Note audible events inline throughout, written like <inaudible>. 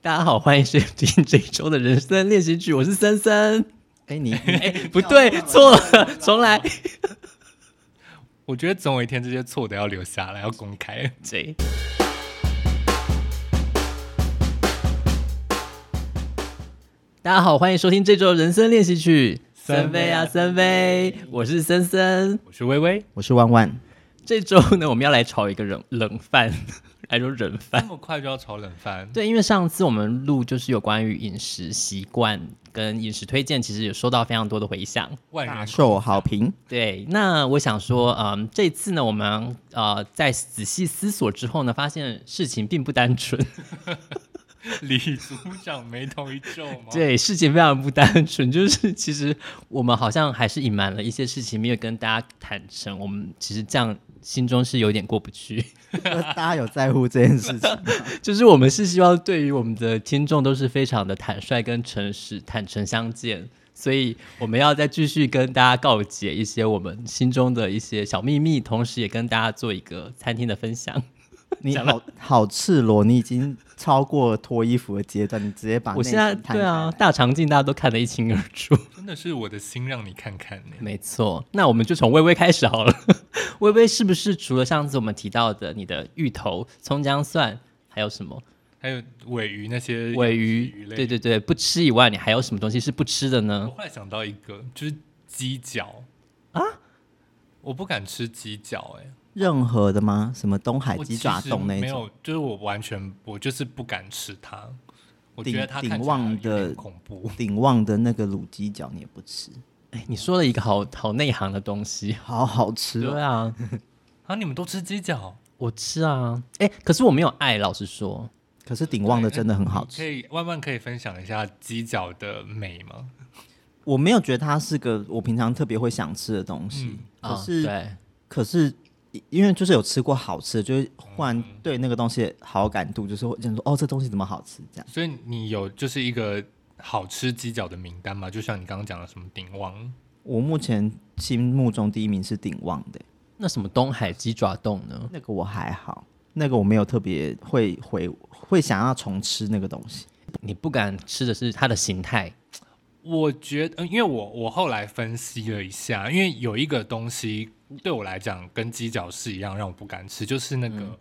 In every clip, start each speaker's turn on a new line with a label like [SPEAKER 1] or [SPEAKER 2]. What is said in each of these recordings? [SPEAKER 1] 大家好，欢迎收听这一周的人生练习曲，我是森森。<laughs>
[SPEAKER 2] 哎，你
[SPEAKER 1] 哎、不对，错了，重来。
[SPEAKER 3] 我觉得总有一天这些错的要留下来，要公开。
[SPEAKER 1] 这大家好，欢迎收听这周的人生练习曲。森飞啊，森飞，我是森森。
[SPEAKER 3] 我是微微，
[SPEAKER 2] 我是万万，
[SPEAKER 1] 这周呢，我们要来炒一个冷冷饭， <laughs> 来说冷
[SPEAKER 3] 这
[SPEAKER 1] 饭。
[SPEAKER 3] 么快就要炒冷饭？
[SPEAKER 1] 对，因为上次我们录就是有关于饮食习惯跟饮食推荐，其实有收到非常多的回响。
[SPEAKER 3] 万
[SPEAKER 2] 大
[SPEAKER 3] 人
[SPEAKER 2] 受好评。
[SPEAKER 1] 对，那我想说，嗯，这次呢，我们呃在仔细思索之后呢，发现事情并不单纯，
[SPEAKER 3] 李组长眉头一皱
[SPEAKER 1] <laughs>
[SPEAKER 3] 吗？
[SPEAKER 1] <laughs> 对，事情非常不单纯，就是其实我们好像还是隐瞒了一些事情，没有跟大家坦诚，我们其实这样心中是有点过不去， <laughs>
[SPEAKER 2] 大家有在乎这件事情？
[SPEAKER 1] 就是我们是希望对于我们的听众都是非常的坦率跟诚实，坦诚相见。所以我们要再继续跟大家告解一些我们心中的一些小秘密，同时也跟大家做一个餐厅的分享。
[SPEAKER 2] 你好好赤裸，你已经超过脱衣服的阶段，你直接把
[SPEAKER 1] 我
[SPEAKER 2] 内
[SPEAKER 1] 现在
[SPEAKER 2] 心摊
[SPEAKER 1] 对啊，大肠镜大家都看得一清二楚。
[SPEAKER 3] 真的是我的心让你看看呢、
[SPEAKER 1] <laughs> 没错，那我们就从微微开始好了。 <laughs> 微微是不是除了上次我们提到的你的芋头、葱姜蒜，还有什么
[SPEAKER 3] 还有尾鱼那些
[SPEAKER 1] 尾
[SPEAKER 3] 鱼
[SPEAKER 1] 鱼？
[SPEAKER 3] 类。
[SPEAKER 1] 对对对，不吃以外，你还有什么东西是不吃的
[SPEAKER 3] 我
[SPEAKER 1] 呢？
[SPEAKER 3] 后来想到一个，就是鸡脚啊，我不敢吃鸡脚哎、
[SPEAKER 2] 任何的吗？什么东海
[SPEAKER 3] 我
[SPEAKER 2] 鸡
[SPEAKER 3] 其
[SPEAKER 2] 爪
[SPEAKER 3] 实
[SPEAKER 2] 冻那
[SPEAKER 3] 没
[SPEAKER 2] 种？
[SPEAKER 3] 有，就是我完全我就是不敢吃它。我
[SPEAKER 2] 鼎
[SPEAKER 3] 觉得它
[SPEAKER 2] 鼎
[SPEAKER 3] 看起来
[SPEAKER 2] 旺
[SPEAKER 3] 有点
[SPEAKER 2] 的
[SPEAKER 3] 恐怖，
[SPEAKER 2] 鼎旺的那个卤鸡脚你也不吃，
[SPEAKER 1] 哎，你说了一个好好内行的东西。
[SPEAKER 2] 好好
[SPEAKER 1] <laughs>
[SPEAKER 2] 吃
[SPEAKER 1] 对
[SPEAKER 2] 哦。
[SPEAKER 1] 啊，
[SPEAKER 3] 啊！你们都吃鸡脚，
[SPEAKER 1] 我吃啊。哎，可是我没有爱，老实说，
[SPEAKER 2] 可是鼎旺的真的很好
[SPEAKER 3] 可
[SPEAKER 2] 吃，
[SPEAKER 3] 以万万可以分享一下鸡脚的美吗？
[SPEAKER 2] 我没有觉得它是个我平常特别会想吃的东西，可
[SPEAKER 1] 啊
[SPEAKER 2] 是
[SPEAKER 1] 对，
[SPEAKER 2] 可是因为就是有吃过好吃的，就是忽然对那个东西的好感度就是会想说，哦，这东西怎么好吃这样。
[SPEAKER 3] 所以你有就是一个好吃鸡脚的名单吗？就像你刚刚讲的什么鼎王，
[SPEAKER 2] 我目前心目中第一名是鼎旺的，
[SPEAKER 1] 那什么东海鸡爪冻呢？
[SPEAKER 2] 那个我还好，那个我没有特别会回会想要重吃那个东西。
[SPEAKER 1] 你不敢吃的是它的形态，
[SPEAKER 3] 我觉得，呃因为我我后来分析了一下，因为有一个东西对我来讲跟鸡脚是一样，让我不敢吃，就是那个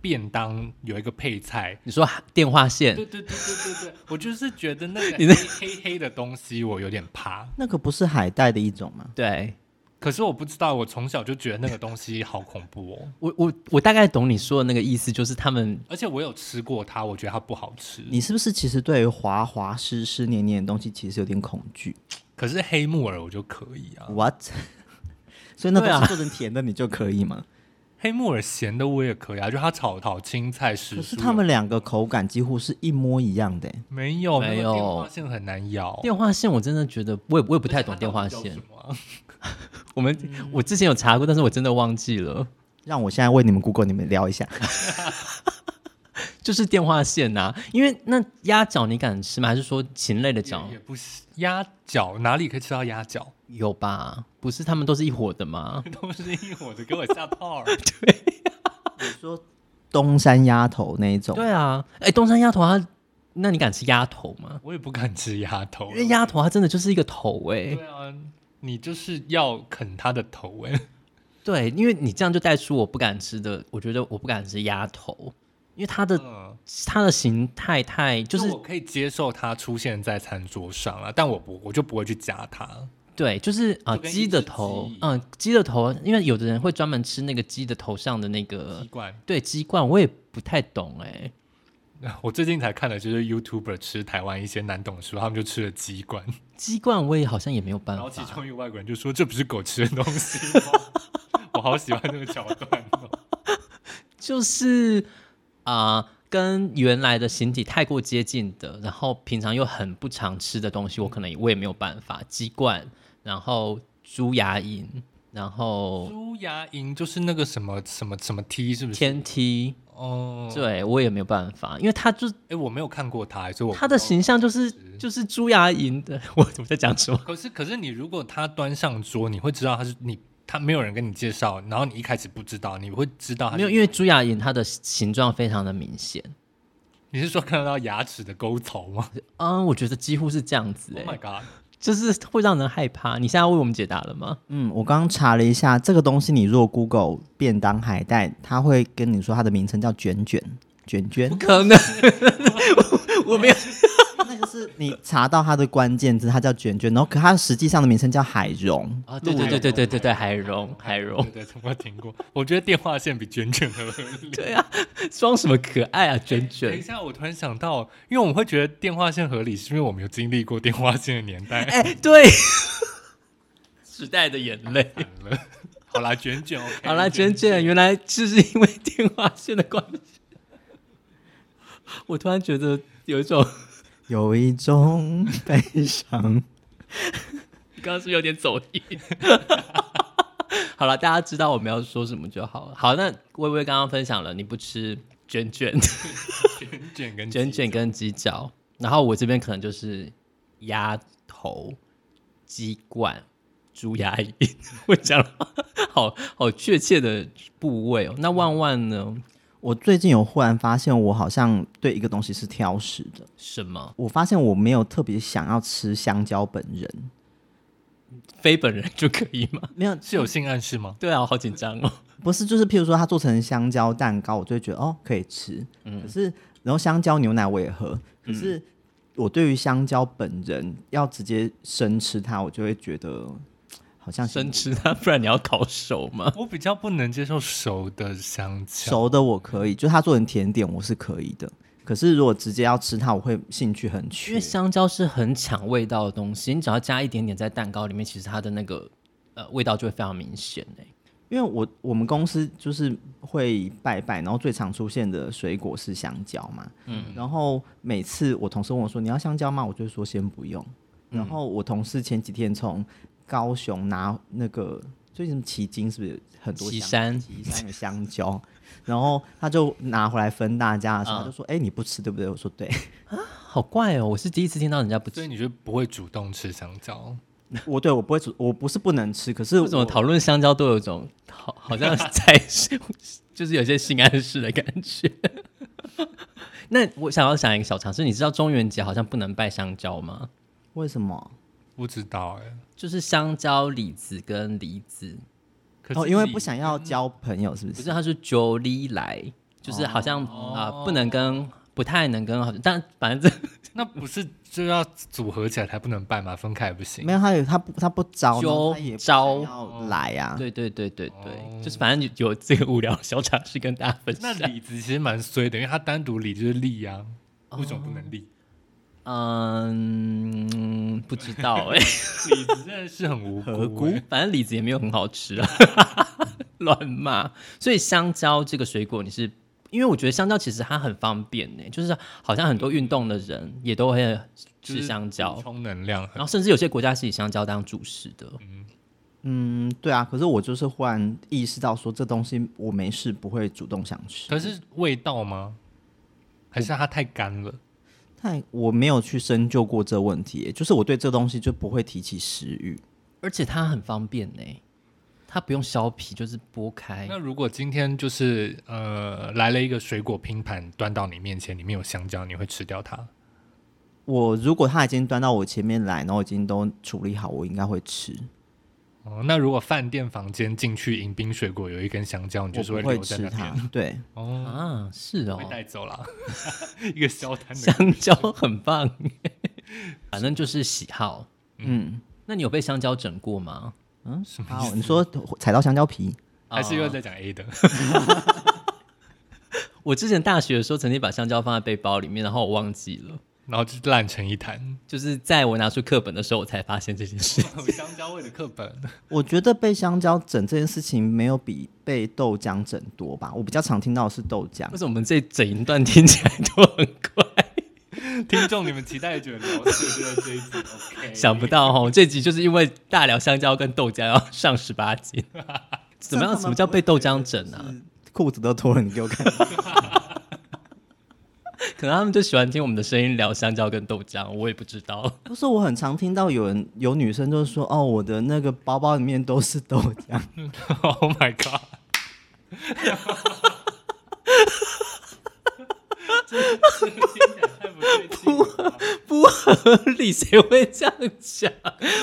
[SPEAKER 3] 便当有一个配菜。
[SPEAKER 1] 你说电话线
[SPEAKER 3] 对对对对对对，我就是觉得 <laughs> 那个
[SPEAKER 1] 你
[SPEAKER 3] 黑黑黑的东西我有点怕，
[SPEAKER 2] 那个不是海带的一种吗？
[SPEAKER 1] 对
[SPEAKER 3] 可是我不知道，我从小就觉得那个东西好恐怖哦，
[SPEAKER 1] 我我我大概懂你说的那个意思，就是他们
[SPEAKER 3] 而且我有吃过它，我觉得它不好吃。
[SPEAKER 2] 你是不是其实对于滑滑湿湿黏黏的东西其实有点恐惧
[SPEAKER 3] 可是黑木耳我就可以啊，
[SPEAKER 2] ？What？所以那
[SPEAKER 1] 对
[SPEAKER 2] 东
[SPEAKER 1] 啊
[SPEAKER 2] 西做成甜的你就可以
[SPEAKER 1] <laughs>
[SPEAKER 2] 吗？
[SPEAKER 3] 黑木耳咸的我也可以啊，就它炒炒青菜时，
[SPEAKER 1] 啊
[SPEAKER 2] 可是他们两个口感几乎是一模一样的欸、
[SPEAKER 3] 没有
[SPEAKER 1] 没
[SPEAKER 3] 那
[SPEAKER 1] 有
[SPEAKER 3] 个电话线很难咬，
[SPEAKER 1] 电话线，我真的觉得我也我也不
[SPEAKER 3] 不
[SPEAKER 1] 太懂电话线。。我们、我之前有查过，但是我真的忘记了，
[SPEAKER 2] 让我现在为你们 Google 你们
[SPEAKER 1] <laughs>
[SPEAKER 2] 聊一下。
[SPEAKER 1] 就是电话线呐、因为那鸭脚你敢吃吗？还是说禽类的脚
[SPEAKER 3] 也也不行，鸭脚哪里可以吃到鸭脚？ <laughs>
[SPEAKER 1] 有吧？不是他们都是一伙的吗？
[SPEAKER 3] 都是一伙的，给我下套儿。
[SPEAKER 2] 你说东山鸭头那一种，
[SPEAKER 1] 对啊，哎，东山鸭头啊，那你敢吃鸭头吗？
[SPEAKER 3] 我也不敢吃鸭头，
[SPEAKER 1] 因为鸭头它真的就是一个头哎、
[SPEAKER 3] 对啊，你就是要啃它的头哎、
[SPEAKER 1] 对，因为你这样就带出我不敢吃的，我觉得我不敢吃鸭头，因为它的
[SPEAKER 3] 嗯，
[SPEAKER 1] 它的形态太就
[SPEAKER 3] 就是我可以接受它出现在餐桌上啊，但我不，我就不会去夹它。
[SPEAKER 1] 对，就是啊，
[SPEAKER 3] 就跟一
[SPEAKER 1] 鸡
[SPEAKER 3] 只
[SPEAKER 1] 的头
[SPEAKER 3] 鸡，
[SPEAKER 1] 嗯，鸡的头，因为有的人会专门吃那个鸡的头上的那个
[SPEAKER 3] 习，惯。
[SPEAKER 1] 对，鸡冠，我也不太懂哎、
[SPEAKER 3] <laughs> 我最近才看了，就是 YouTuber 吃台湾一些难懂的食物，他们就吃了鸡冠。
[SPEAKER 1] 鸡冠我也好像也没有办
[SPEAKER 3] 然后其
[SPEAKER 1] 法，
[SPEAKER 3] 中一个外国人就说：“这不是狗吃的东 <laughs> 西吗？”我好喜欢那个桥段 <laughs> 哦。
[SPEAKER 1] 就是啊、跟原来的形体太过接近的，然后平常又很不常吃的东西，我可能也我也没有办法，鸡冠，然后猪牙龈，然后
[SPEAKER 3] 猪牙龈就是那个什么什么什么梯，是不是？
[SPEAKER 1] 天梯，
[SPEAKER 3] 哦，
[SPEAKER 1] 对我也没有办法，因为它就
[SPEAKER 3] 哎，我没有看过它，所以我
[SPEAKER 1] 它的形象就是就是猪牙龈的， <laughs> 我我在讲什么？
[SPEAKER 3] 可是可是你如果它端上桌，你会知道它是你，它没有人跟你介绍，然后你一开始不知道，你会知道它是
[SPEAKER 1] 没有，因为猪牙龈它的形状非常的明显，
[SPEAKER 3] 你是说看得到牙齿的沟槽吗
[SPEAKER 1] 嗯，我觉得几乎是这样子、
[SPEAKER 3] ？Oh
[SPEAKER 1] 欸，
[SPEAKER 3] my god！
[SPEAKER 1] 就是会让人害怕。你现在为我们解答了吗？
[SPEAKER 2] 嗯，我刚刚查了一下，这个东西你如果 Google 便当海带，它会跟你说它的名称叫卷卷卷卷 <laughs>
[SPEAKER 1] 不， <laughs> 可能，我没有。
[SPEAKER 2] 那就是你查到它的关键字，它叫卷卷，然后可它实际上的名称叫海茸。
[SPEAKER 1] 啊，对对对对对对对，海荣海荣， <laughs>
[SPEAKER 3] 对对，我听过。我觉得电话线比卷卷合理。
[SPEAKER 1] 对啊，装什么可爱啊，卷
[SPEAKER 3] 等一
[SPEAKER 1] 卷。
[SPEAKER 3] 下，我突然想到，因为我们会觉得电话线合理，是因为我们有经历过电话线的年代。
[SPEAKER 1] <laughs> 哎、对，时代的眼泪。
[SPEAKER 3] 惨了，好啦，卷卷 OK，
[SPEAKER 1] 好啦，卷卷，原来就是因为电话线的关系。我突然觉得有一种，
[SPEAKER 2] 有一种 <laughs> 悲伤，
[SPEAKER 1] 刚刚是不是有点走音。 <laughs> 好了，大家知道我们要说什么就好了。好，那微微刚刚分享了，你不吃卷卷，
[SPEAKER 3] 卷卷跟
[SPEAKER 1] 卷卷跟鸡脚，然后我这边可能就是鸭头、鸡冠、猪牙龈， <laughs> 我讲了好好确切的部位哦。那万万呢？
[SPEAKER 2] 我最近有忽然发现，我好像对一个东西是挑食的。
[SPEAKER 1] 什么？
[SPEAKER 2] 我发现我没有特别想要吃香蕉本人，
[SPEAKER 1] 非本人就可以吗？ <laughs>
[SPEAKER 2] 没有，
[SPEAKER 3] 是有性暗示吗？
[SPEAKER 1] 对啊，我好紧张哦。
[SPEAKER 2] 不是就是譬如说它做成香蕉蛋糕，我就会觉得哦可以吃。
[SPEAKER 1] 嗯
[SPEAKER 2] 可是然后香蕉牛奶我也喝，可是我对于香蕉本人要直接生吃它，我就会觉得好像
[SPEAKER 1] 生吃它，不然你要烤熟吗？
[SPEAKER 3] 我比较不能接受熟的香蕉，
[SPEAKER 2] 熟的我可以，就它做成甜点我是可以的。可是如果直接要吃它，我会兴趣很
[SPEAKER 1] 因
[SPEAKER 2] 缺
[SPEAKER 1] 为。香蕉是很抢味道的东西，你只要加一点点在蛋糕里面，其实它的那个呃味道就会非常明显欸诶。
[SPEAKER 2] 因为我我们公司就是会拜拜，然后最常出现的水果是香蕉嘛。嗯，然后每次我同事问我说你要香蕉吗？我就说先不用。
[SPEAKER 1] 嗯
[SPEAKER 2] 然后我同事前几天从高雄拿那个最近奇经是不是很多
[SPEAKER 1] 岐
[SPEAKER 2] 香
[SPEAKER 1] 山
[SPEAKER 2] 岐山的香蕉，然后他就拿回来分大
[SPEAKER 1] 嗯
[SPEAKER 2] 家的时候，他就说：“哎、你不吃对不对？”我说：“对。
[SPEAKER 1] 好怪哦，我是第一次听到人家不
[SPEAKER 3] 所以
[SPEAKER 1] 吃。
[SPEAKER 3] 你就不会主动吃香蕉。
[SPEAKER 2] 我对我不会煮，我不是不能吃，可是
[SPEAKER 1] 为什么
[SPEAKER 2] 我
[SPEAKER 1] 讨论香蕉都有一种好好像 <laughs> 在就是有些性暗示的感觉？ <laughs> 那我想要想一个小常识，你知道中元节好像不能拜香蕉吗？
[SPEAKER 2] 为什么？
[SPEAKER 3] 不知道哎、
[SPEAKER 1] 就是香蕉、李子跟梨子，
[SPEAKER 3] 可是
[SPEAKER 2] 哦，因为
[SPEAKER 3] 你
[SPEAKER 2] 不想
[SPEAKER 1] 嗯
[SPEAKER 2] 要交朋友，是不
[SPEAKER 1] 不
[SPEAKER 2] 是？
[SPEAKER 1] 是，它是九里来，就是好像啊、
[SPEAKER 2] 哦
[SPEAKER 1] 呃不能跟不太能跟，好像但反正
[SPEAKER 3] 那不是就要组合起来才不能办吗？分开也不行
[SPEAKER 2] 没。有，他有他不他不招，然后
[SPEAKER 1] 揪
[SPEAKER 2] 他也不
[SPEAKER 1] 招。
[SPEAKER 2] 想要来啊
[SPEAKER 1] 对对对对对，就是反正有有这个无聊的小常识跟大家分
[SPEAKER 3] 那
[SPEAKER 1] 享。
[SPEAKER 3] 李子其实蛮衰的，因为它单独李就是利啊，为什么不能利？
[SPEAKER 1] 嗯，不知道
[SPEAKER 3] <laughs>
[SPEAKER 1] 哎、
[SPEAKER 3] 李子真的是很无辜、
[SPEAKER 2] 何辜
[SPEAKER 3] 欸。
[SPEAKER 1] 反正李子也没有很好吃啊， <laughs> 乱骂。所以香蕉这个水果，你是因为我觉得香蕉其实它很方便呢、就是好像很多运动的人也都会吃香蕉，
[SPEAKER 3] 就是补充能量
[SPEAKER 1] 然
[SPEAKER 3] 很
[SPEAKER 1] 后甚至有些国家是以香蕉当主食的。
[SPEAKER 2] 嗯，对啊。可是我就是忽然意识到说，这东西我没事不会主动想吃。
[SPEAKER 3] 可是味道吗？还是它太干了？
[SPEAKER 2] 太，我没有去深究过这问题耶，就是我对这东西就不会提起食欲。
[SPEAKER 1] 而且它很方便呢、它不用削皮，就是剥开
[SPEAKER 3] 那。如果今天就是呃来了一个水果拼盘端到你面前，里面有香蕉，你会吃掉它？
[SPEAKER 2] 我如果他已经端到我前面来，然后已经都处理好，我应该会吃。
[SPEAKER 3] 哦，那如果饭店房间进去迎宾水果有一根香蕉，你就是
[SPEAKER 2] 我不
[SPEAKER 3] 留
[SPEAKER 2] 会
[SPEAKER 3] 在
[SPEAKER 2] 吃
[SPEAKER 3] 那
[SPEAKER 2] 它
[SPEAKER 3] <laughs> 边，。
[SPEAKER 2] 对，
[SPEAKER 3] 哦，
[SPEAKER 1] 啊，是哦
[SPEAKER 3] 会，带走啦， <laughs> 一个消摊
[SPEAKER 1] <laughs>
[SPEAKER 3] 的。
[SPEAKER 1] 香蕉很棒，反正就是喜好。
[SPEAKER 2] 嗯
[SPEAKER 1] 那你有被香蕉整过吗？
[SPEAKER 2] 嗯，好，你说踩到香蕉皮，
[SPEAKER 3] 还是又在讲 A 的，
[SPEAKER 1] 我之前大学的时候曾经把香蕉放在背包里面，然后我忘记了，
[SPEAKER 3] <laughs> 然后就烂成一滩，
[SPEAKER 1] 就是在我拿出课本的时候，我才发现这件事。 <laughs>
[SPEAKER 3] 有哦香蕉味的课 <laughs> 本。
[SPEAKER 2] 我觉得被香蕉整这件事情没有比被豆浆整多吧。我比较常听到的是豆浆
[SPEAKER 1] 为。什么我们这整一段听起来都很怪？
[SPEAKER 3] 听众，你们期待久了，是不是这一集 OK？
[SPEAKER 1] 想不
[SPEAKER 3] <laughs>
[SPEAKER 1] 到哦，这集就是因为大聊香蕉跟豆浆要上十八集，怎么样？什么叫被豆浆整啊？
[SPEAKER 2] 裤子都脱了，你给我看。
[SPEAKER 1] 可能他们就喜欢听我们的声音聊香蕉跟豆浆，我也不知道。
[SPEAKER 2] 不是，我很常听到有人有女生就是说，哦，我的那个包包里面都是豆浆。 <laughs>
[SPEAKER 3] Oh my god！这个听起来太不对劲啊了吧。
[SPEAKER 1] 不合理，谁会这样讲？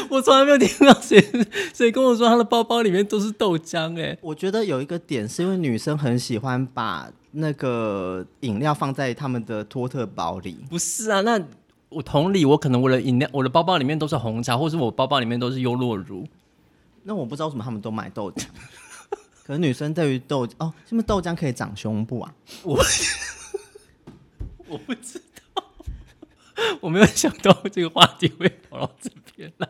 [SPEAKER 1] 我从来没有听到谁 <laughs> 谁跟我说他的包包里面都是豆浆、欸，
[SPEAKER 2] 我觉得有一个点是因为女生很喜欢把那个饮料放在他们的托特包里，
[SPEAKER 1] 不是啊？那我同理，我可能我的饮料、我的包包里面都是红茶，或是我包包里面都是优酪乳。
[SPEAKER 2] 那我不知道为什么他们都买豆浆。 <laughs> 可是女生对于豆哦，是不是豆浆可以长胸部啊？
[SPEAKER 1] 我不知道， <laughs> 我没有想到这个话题会跑到这边来。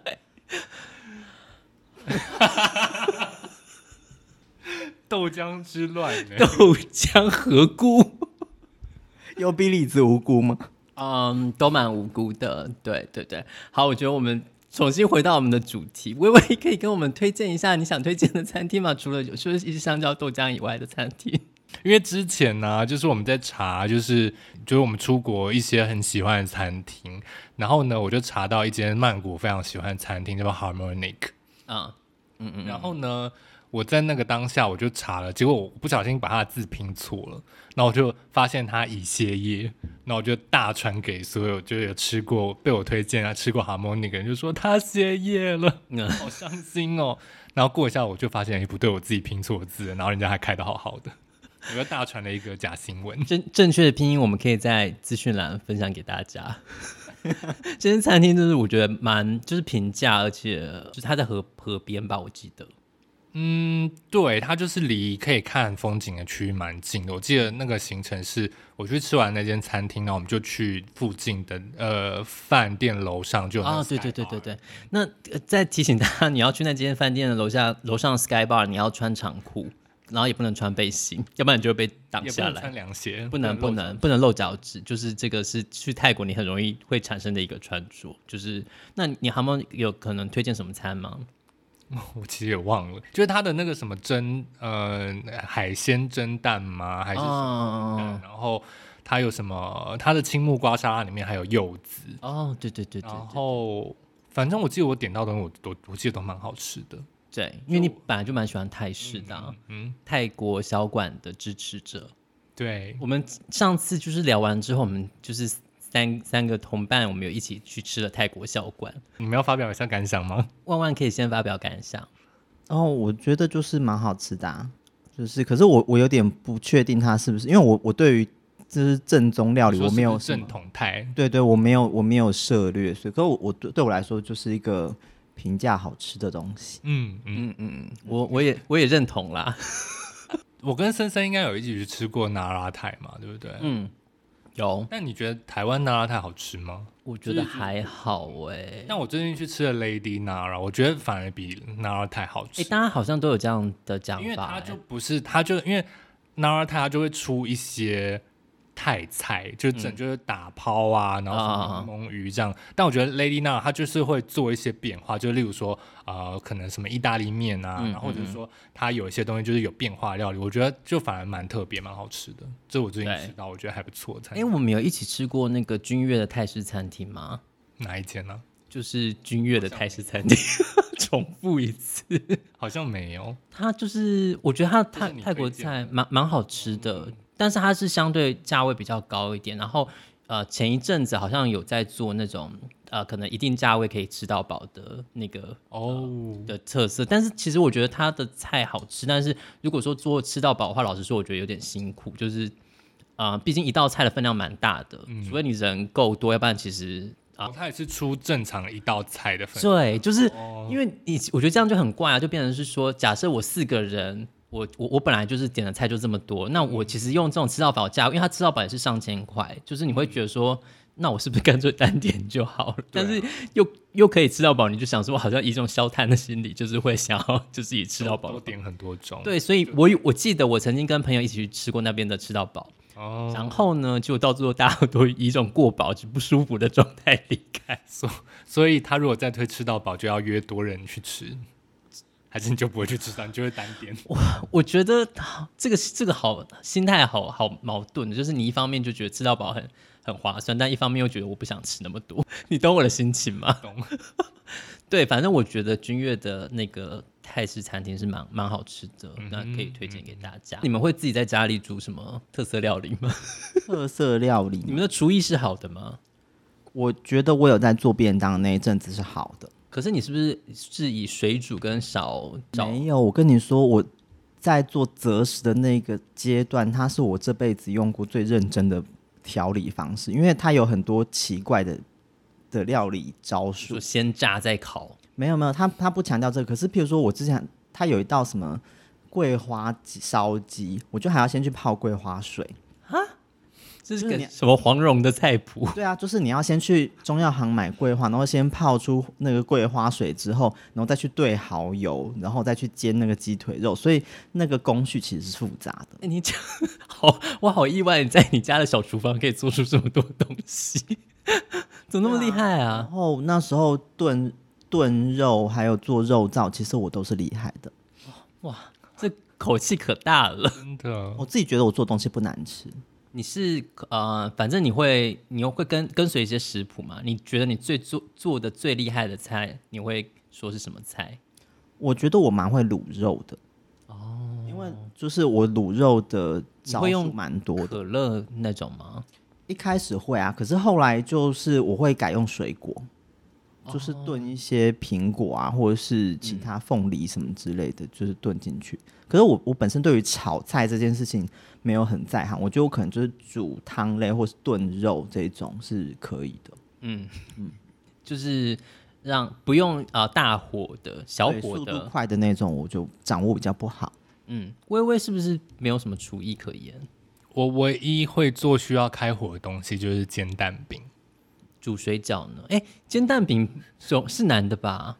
[SPEAKER 3] 豆浆之乱
[SPEAKER 1] <laughs>
[SPEAKER 3] 呢、
[SPEAKER 1] 豆浆何故？
[SPEAKER 2] 有比李子无辜吗？
[SPEAKER 1] 嗯，都蛮无辜的，对对对。好，我觉得我们重新回到我们的主题，微微可以跟我们推荐一下你想推荐的餐厅吗？除了有就是一些香蕉豆浆以外的餐厅，
[SPEAKER 3] 因为之前呢、就是我们在查，就是就是我们出国一些很喜欢的餐厅，然后呢，我就查到一间曼谷非常喜欢的餐厅，叫做 Harmonic。
[SPEAKER 1] 嗯嗯嗯，
[SPEAKER 3] 然后呢，我在那个当下我就查了，结果我不小心把他的字拼错了，然后我就发现他已歇业，然后我就大传给所有就有吃过被我推荐啊吃过 harmonic 的人，就说他歇业了，
[SPEAKER 1] <laughs> 嗯
[SPEAKER 3] 好伤心哦。然后过一下我就发现，哎，不对，我自己拼错字了，然后人家还开的
[SPEAKER 1] <laughs>
[SPEAKER 3] 好好的，我就大传了一个假新闻。
[SPEAKER 1] 正正确的拼音我们可以在资讯栏分享给大家。这间餐厅就是我觉得蛮就是平价，而且就是它在河河边吧，我记得。
[SPEAKER 3] 嗯，对，它就是离可以看风景的区域蛮近的。我记得那个行程是，我去吃完那间餐厅，然后我们就去附近的呃饭店楼上就有那
[SPEAKER 1] 啊，
[SPEAKER 3] 个
[SPEAKER 1] 对对
[SPEAKER 3] sky
[SPEAKER 1] 对对
[SPEAKER 3] bar
[SPEAKER 1] 对。那、呃再提醒大家，你要去那间饭店的楼下楼上 Sky Bar，你要穿长裤，然后也不能穿背心， <laughs> 要不然你就会被挡
[SPEAKER 3] 也不
[SPEAKER 1] 下
[SPEAKER 3] 能
[SPEAKER 1] 来
[SPEAKER 3] 穿。凉鞋，
[SPEAKER 1] 不能不
[SPEAKER 3] 露
[SPEAKER 1] 能不能露脚趾，就是这个是去泰国你很容易会产生的一个穿着。就是那你还没有可能推荐什么餐吗？
[SPEAKER 3] 我其实也忘了，就是它的那个什么蒸呃海鲜蒸蛋吗？还是什么蛋、
[SPEAKER 1] 哦
[SPEAKER 3] 然后它有什么？它的青木瓜沙拉里面还有柚子，
[SPEAKER 1] 哦，对对对对
[SPEAKER 3] 然
[SPEAKER 1] 对
[SPEAKER 3] 后反正我记得我点到的东西我，我我记得都蛮好吃的。
[SPEAKER 1] 对，因为你本来就蛮喜欢泰式的啊、
[SPEAKER 3] 嗯，
[SPEAKER 1] 泰国小馆的支持者。
[SPEAKER 3] 对，
[SPEAKER 1] 我们上次就是聊完之后，我们就是三三个同伴，我们有一起去吃了泰国小馆。
[SPEAKER 3] 你们要发表一下感想吗？
[SPEAKER 1] 万万可以先发表感想。
[SPEAKER 2] 然后哦我觉得就是蛮好吃的、啊，就是可是我我有点不确定它是不是，因为我我对于就是正宗料理
[SPEAKER 3] 说
[SPEAKER 2] 哦我
[SPEAKER 3] 是不
[SPEAKER 2] 没
[SPEAKER 3] 是
[SPEAKER 2] 有什么
[SPEAKER 3] 正统派，
[SPEAKER 2] 对对，我没有我没有涉略，所以可我我对对我来说就是一个平价好吃的东西。
[SPEAKER 3] 嗯嗯，
[SPEAKER 1] 我我也我也认同啦。
[SPEAKER 3] 我跟森森应该有一起去吃过拿拉泰嘛，对不对？
[SPEAKER 1] 嗯，有，
[SPEAKER 3] 那你觉得台湾拿拉泰好吃吗？
[SPEAKER 1] 我觉得还好哎、欸。
[SPEAKER 3] 但我最近去吃了 Lady Nara，我觉得反而比 Nara 泰好吃，
[SPEAKER 1] 哎、大家好像都有这样的讲
[SPEAKER 3] 因为
[SPEAKER 1] 法、
[SPEAKER 3] 它就
[SPEAKER 1] 欸。
[SPEAKER 3] 不是，它就因为 Nara 泰它就会出一些泰菜，就是整、
[SPEAKER 1] 嗯
[SPEAKER 3] 就是打抛啊，然后什么柠檬鱼这样。但我觉得 Lady Nara 它就是会做一些变化，就例如说呃，可能什么意大利面啊，
[SPEAKER 1] 嗯
[SPEAKER 3] 然后或者是说它有一些东西就是有变化料理，我觉得就反而蛮特别，蛮好吃的。这我最近
[SPEAKER 1] 对
[SPEAKER 3] 吃到，我觉得还不错。才
[SPEAKER 1] 哎、我们有一起吃过那个君悦的泰式餐厅吗？
[SPEAKER 3] 哪一间呢、
[SPEAKER 1] 就是君悦的泰式餐厅， <laughs> 重复一次。
[SPEAKER 3] <laughs> 好像没
[SPEAKER 1] <laughs>
[SPEAKER 3] 有。
[SPEAKER 1] 它就是，我觉得它泰
[SPEAKER 3] 是你
[SPEAKER 1] 泰国
[SPEAKER 3] 推荐
[SPEAKER 1] 菜蛮蛮好吃的，但是它是相对价位比较高一点。然后呃，前一阵子好像有在做那种呃，可能一定价位可以吃到饱的那个
[SPEAKER 3] 哦，
[SPEAKER 1] 的特色，但是其实我觉得它的菜好吃，但是如果说做吃到饱的话，老实说，我觉得有点辛苦，就是啊、呃毕竟一道菜的分量蛮大的，
[SPEAKER 3] 嗯
[SPEAKER 1] 除非你人够多，要不然其实啊，
[SPEAKER 3] 哦它也是出正常一道菜的份量。
[SPEAKER 1] 对，就是啊
[SPEAKER 3] 哦
[SPEAKER 1] 因为你，我觉得这样就很怪啊，就变成是说，假设我四个人，我我我本来就是点的菜就这么多，那
[SPEAKER 3] 嗯
[SPEAKER 1] 我其实用这种吃到饱价，因为它吃到饱也是上千块，就是你会觉得说。那我是不是干脆单点就好了？但
[SPEAKER 3] 啊
[SPEAKER 1] 是又又可以吃到饱，你就想说，我好像以一种消 <laughs> 摊的心理，就是会想要就是以吃到饱
[SPEAKER 3] 都点很多种。
[SPEAKER 1] 对，所以我有我记得我曾经跟朋友一起去吃过那边的吃到饱，
[SPEAKER 3] 哦，
[SPEAKER 1] 然后呢，就到最后大家都以一种过饱只不舒服的状态离开。
[SPEAKER 3] 所所以他如果再推吃到饱，就要约多人去吃，还是你就不会去吃到，你就会单点。
[SPEAKER 1] 我觉得啊这个这个好心态好好矛盾，就是你一方面就觉得吃到饱很很划算，但一方面又觉得我不想吃那么 <laughs> 多，你懂我的心情吗？
[SPEAKER 3] 懂。
[SPEAKER 1] 对，反正我觉得君越的那个泰式餐厅是蛮蛮好吃的，那可以
[SPEAKER 3] 嗯哼
[SPEAKER 1] 推荐给大家。你们会自己在家里煮什么特色料理吗？
[SPEAKER 2] 特色料
[SPEAKER 1] 你
[SPEAKER 2] 理，
[SPEAKER 1] 们的厨艺是好的吗？
[SPEAKER 2] 我觉得我有在做便当的那一阵子是好的。
[SPEAKER 1] 可是你是不是是以水煮跟少少
[SPEAKER 2] 没有，我跟你说，我在做择食的那个阶段，它是我这辈子用过最认真的调理方式，因为它有很多奇怪的的料理招数
[SPEAKER 1] 就。先炸再烤？
[SPEAKER 2] 没有没有，他他不强调这个。可是，譬如说我之前他有一道什么桂花鸡烧鸡，我就还要先去泡桂花水。
[SPEAKER 1] 这是
[SPEAKER 2] 就是你
[SPEAKER 1] 个什么黄蓉的菜谱？
[SPEAKER 2] 对啊，就是你要先去中药行买桂花，然后先泡出那个桂花水之后，然后再去兑蚝油，然后再去煎那个鸡腿肉，所以那个工序其实是复杂的。
[SPEAKER 1] 哎你讲 <laughs> 好，我好意外，你在你家的小厨房可以做出这么多东西， <laughs> 怎么那么厉害啊
[SPEAKER 2] 然？后那时候炖炖肉还有做肉燥，其实我都是厉害的。
[SPEAKER 1] 哇，这口气可大了。
[SPEAKER 3] 真的，
[SPEAKER 2] 我自己觉得我做东西不难吃，
[SPEAKER 1] 你是呃，反正你会，你又会跟跟随一些食谱嘛？你觉得你最做做的最厉害的菜，你会说是什么菜？
[SPEAKER 2] 我觉得我蛮会卤肉的。哦，因为就是我卤肉的
[SPEAKER 1] 你
[SPEAKER 2] 招
[SPEAKER 1] 会用
[SPEAKER 2] 数蛮多的，
[SPEAKER 1] 可乐那种吗？
[SPEAKER 2] 一开始会啊，可是后来就是我会改用水果，
[SPEAKER 1] 哦
[SPEAKER 2] 就是炖一些苹果啊，或者是其他凤梨什么之类
[SPEAKER 1] 嗯
[SPEAKER 2] 的，就是炖进去。可是我我本身对于炒菜这件事情没有很在行，我觉得我可能就是煮汤类或是炖肉这种是可以的，
[SPEAKER 1] 就是让不用啊、呃大火的小
[SPEAKER 2] 对
[SPEAKER 1] 火
[SPEAKER 2] 速度
[SPEAKER 1] 的，
[SPEAKER 2] 快的那种我就掌握比较不好。
[SPEAKER 1] 嗯，微微是不是没有什么厨艺可言？
[SPEAKER 3] 我唯一会做需要开火的东西就是煎蛋饼，
[SPEAKER 1] 煮水饺呢？哎，煎蛋饼总是难的吧？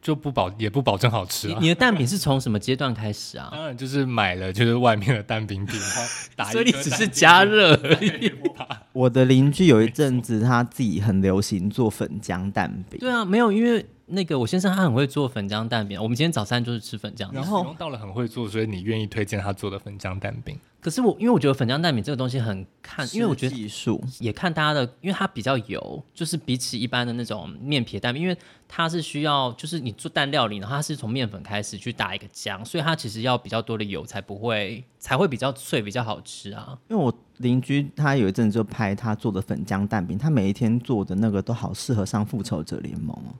[SPEAKER 3] 就不保也不保证好吃
[SPEAKER 1] 你
[SPEAKER 3] 啊。
[SPEAKER 1] 你的蛋饼是从什么阶段开始啊？
[SPEAKER 3] 当然就是买了就是外面的蛋饼饼，然
[SPEAKER 1] <laughs>
[SPEAKER 3] 后 <laughs> 打一
[SPEAKER 1] 所以你
[SPEAKER 3] 颗
[SPEAKER 1] 只
[SPEAKER 3] 蛋
[SPEAKER 1] 是
[SPEAKER 3] 进去
[SPEAKER 1] 加热而已。
[SPEAKER 2] 我的邻居有一阵子他自己很流行做粉浆蛋饼，
[SPEAKER 1] <laughs> 对啊，没有，因为那个我先生他很会做粉浆蛋饼，我们今天早餐就是吃粉浆蛋
[SPEAKER 3] 然后到了很会做，所以你愿意推荐他做的粉浆蛋饼。
[SPEAKER 1] 可是我因为我觉得粉浆蛋饼这个东西很看，因为我觉得
[SPEAKER 2] 技术
[SPEAKER 1] 也看大家的，因为它比较油，就是比起一般的那种面皮的蛋饼，因为它是需要就是你做蛋料理，然后它是从面粉开始去打一个浆，所以它其实要比较多的油才不会才会比较脆，比较好吃啊。 <laughs>
[SPEAKER 2] 因为我邻居他有一阵子就拍他做的粉浆蛋饼，他每一天做的那个都好适合上复仇者联盟哦。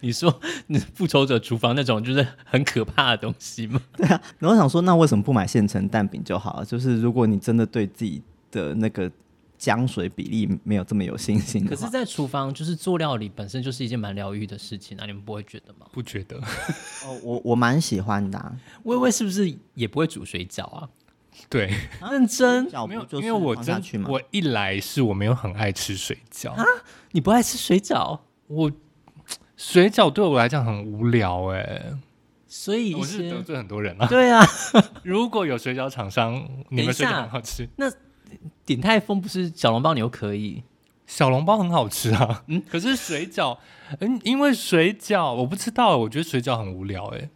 [SPEAKER 1] 你说你复仇者厨房那种就是很可怕的东西吗？
[SPEAKER 2] 然后我想说，那为什么不买现成蛋饼就好了？就是如果你真的对自己的那个浆水比例没有这么有信心
[SPEAKER 1] 可
[SPEAKER 2] 的
[SPEAKER 1] 是，
[SPEAKER 2] 话，
[SPEAKER 1] 在厨房就是做料理本身就是一件蛮疗愈的事情啊，你们不会觉得吗？
[SPEAKER 3] 不觉
[SPEAKER 1] <laughs>
[SPEAKER 3] 得
[SPEAKER 2] 哦，我我蛮喜欢的、啊。
[SPEAKER 1] 微微是不是也不会煮水饺啊？
[SPEAKER 3] 对，
[SPEAKER 1] 认真，
[SPEAKER 2] 小
[SPEAKER 3] 没有
[SPEAKER 2] 不，就
[SPEAKER 3] 因为
[SPEAKER 2] 是
[SPEAKER 3] 我
[SPEAKER 2] 放下
[SPEAKER 3] 真
[SPEAKER 2] 去嘛。
[SPEAKER 3] 我一来是我没有很爱吃水饺，
[SPEAKER 1] 你不爱吃水饺，
[SPEAKER 3] 我水饺对我来讲很无聊哎、
[SPEAKER 1] 所以一
[SPEAKER 3] 我是得
[SPEAKER 1] 些
[SPEAKER 3] 罪很多人
[SPEAKER 1] <laughs>
[SPEAKER 3] 啊。
[SPEAKER 1] 对啊，
[SPEAKER 3] 如果有水饺厂商，你
[SPEAKER 1] 等一
[SPEAKER 3] 们水饺
[SPEAKER 1] 下
[SPEAKER 3] 很好吃，
[SPEAKER 1] 鼎泰丰不是小笼包牛可以，
[SPEAKER 3] 小笼包很好吃啊。嗯， <laughs> 可是水饺，嗯，因为水饺我不知道，我觉得水饺很无聊哎、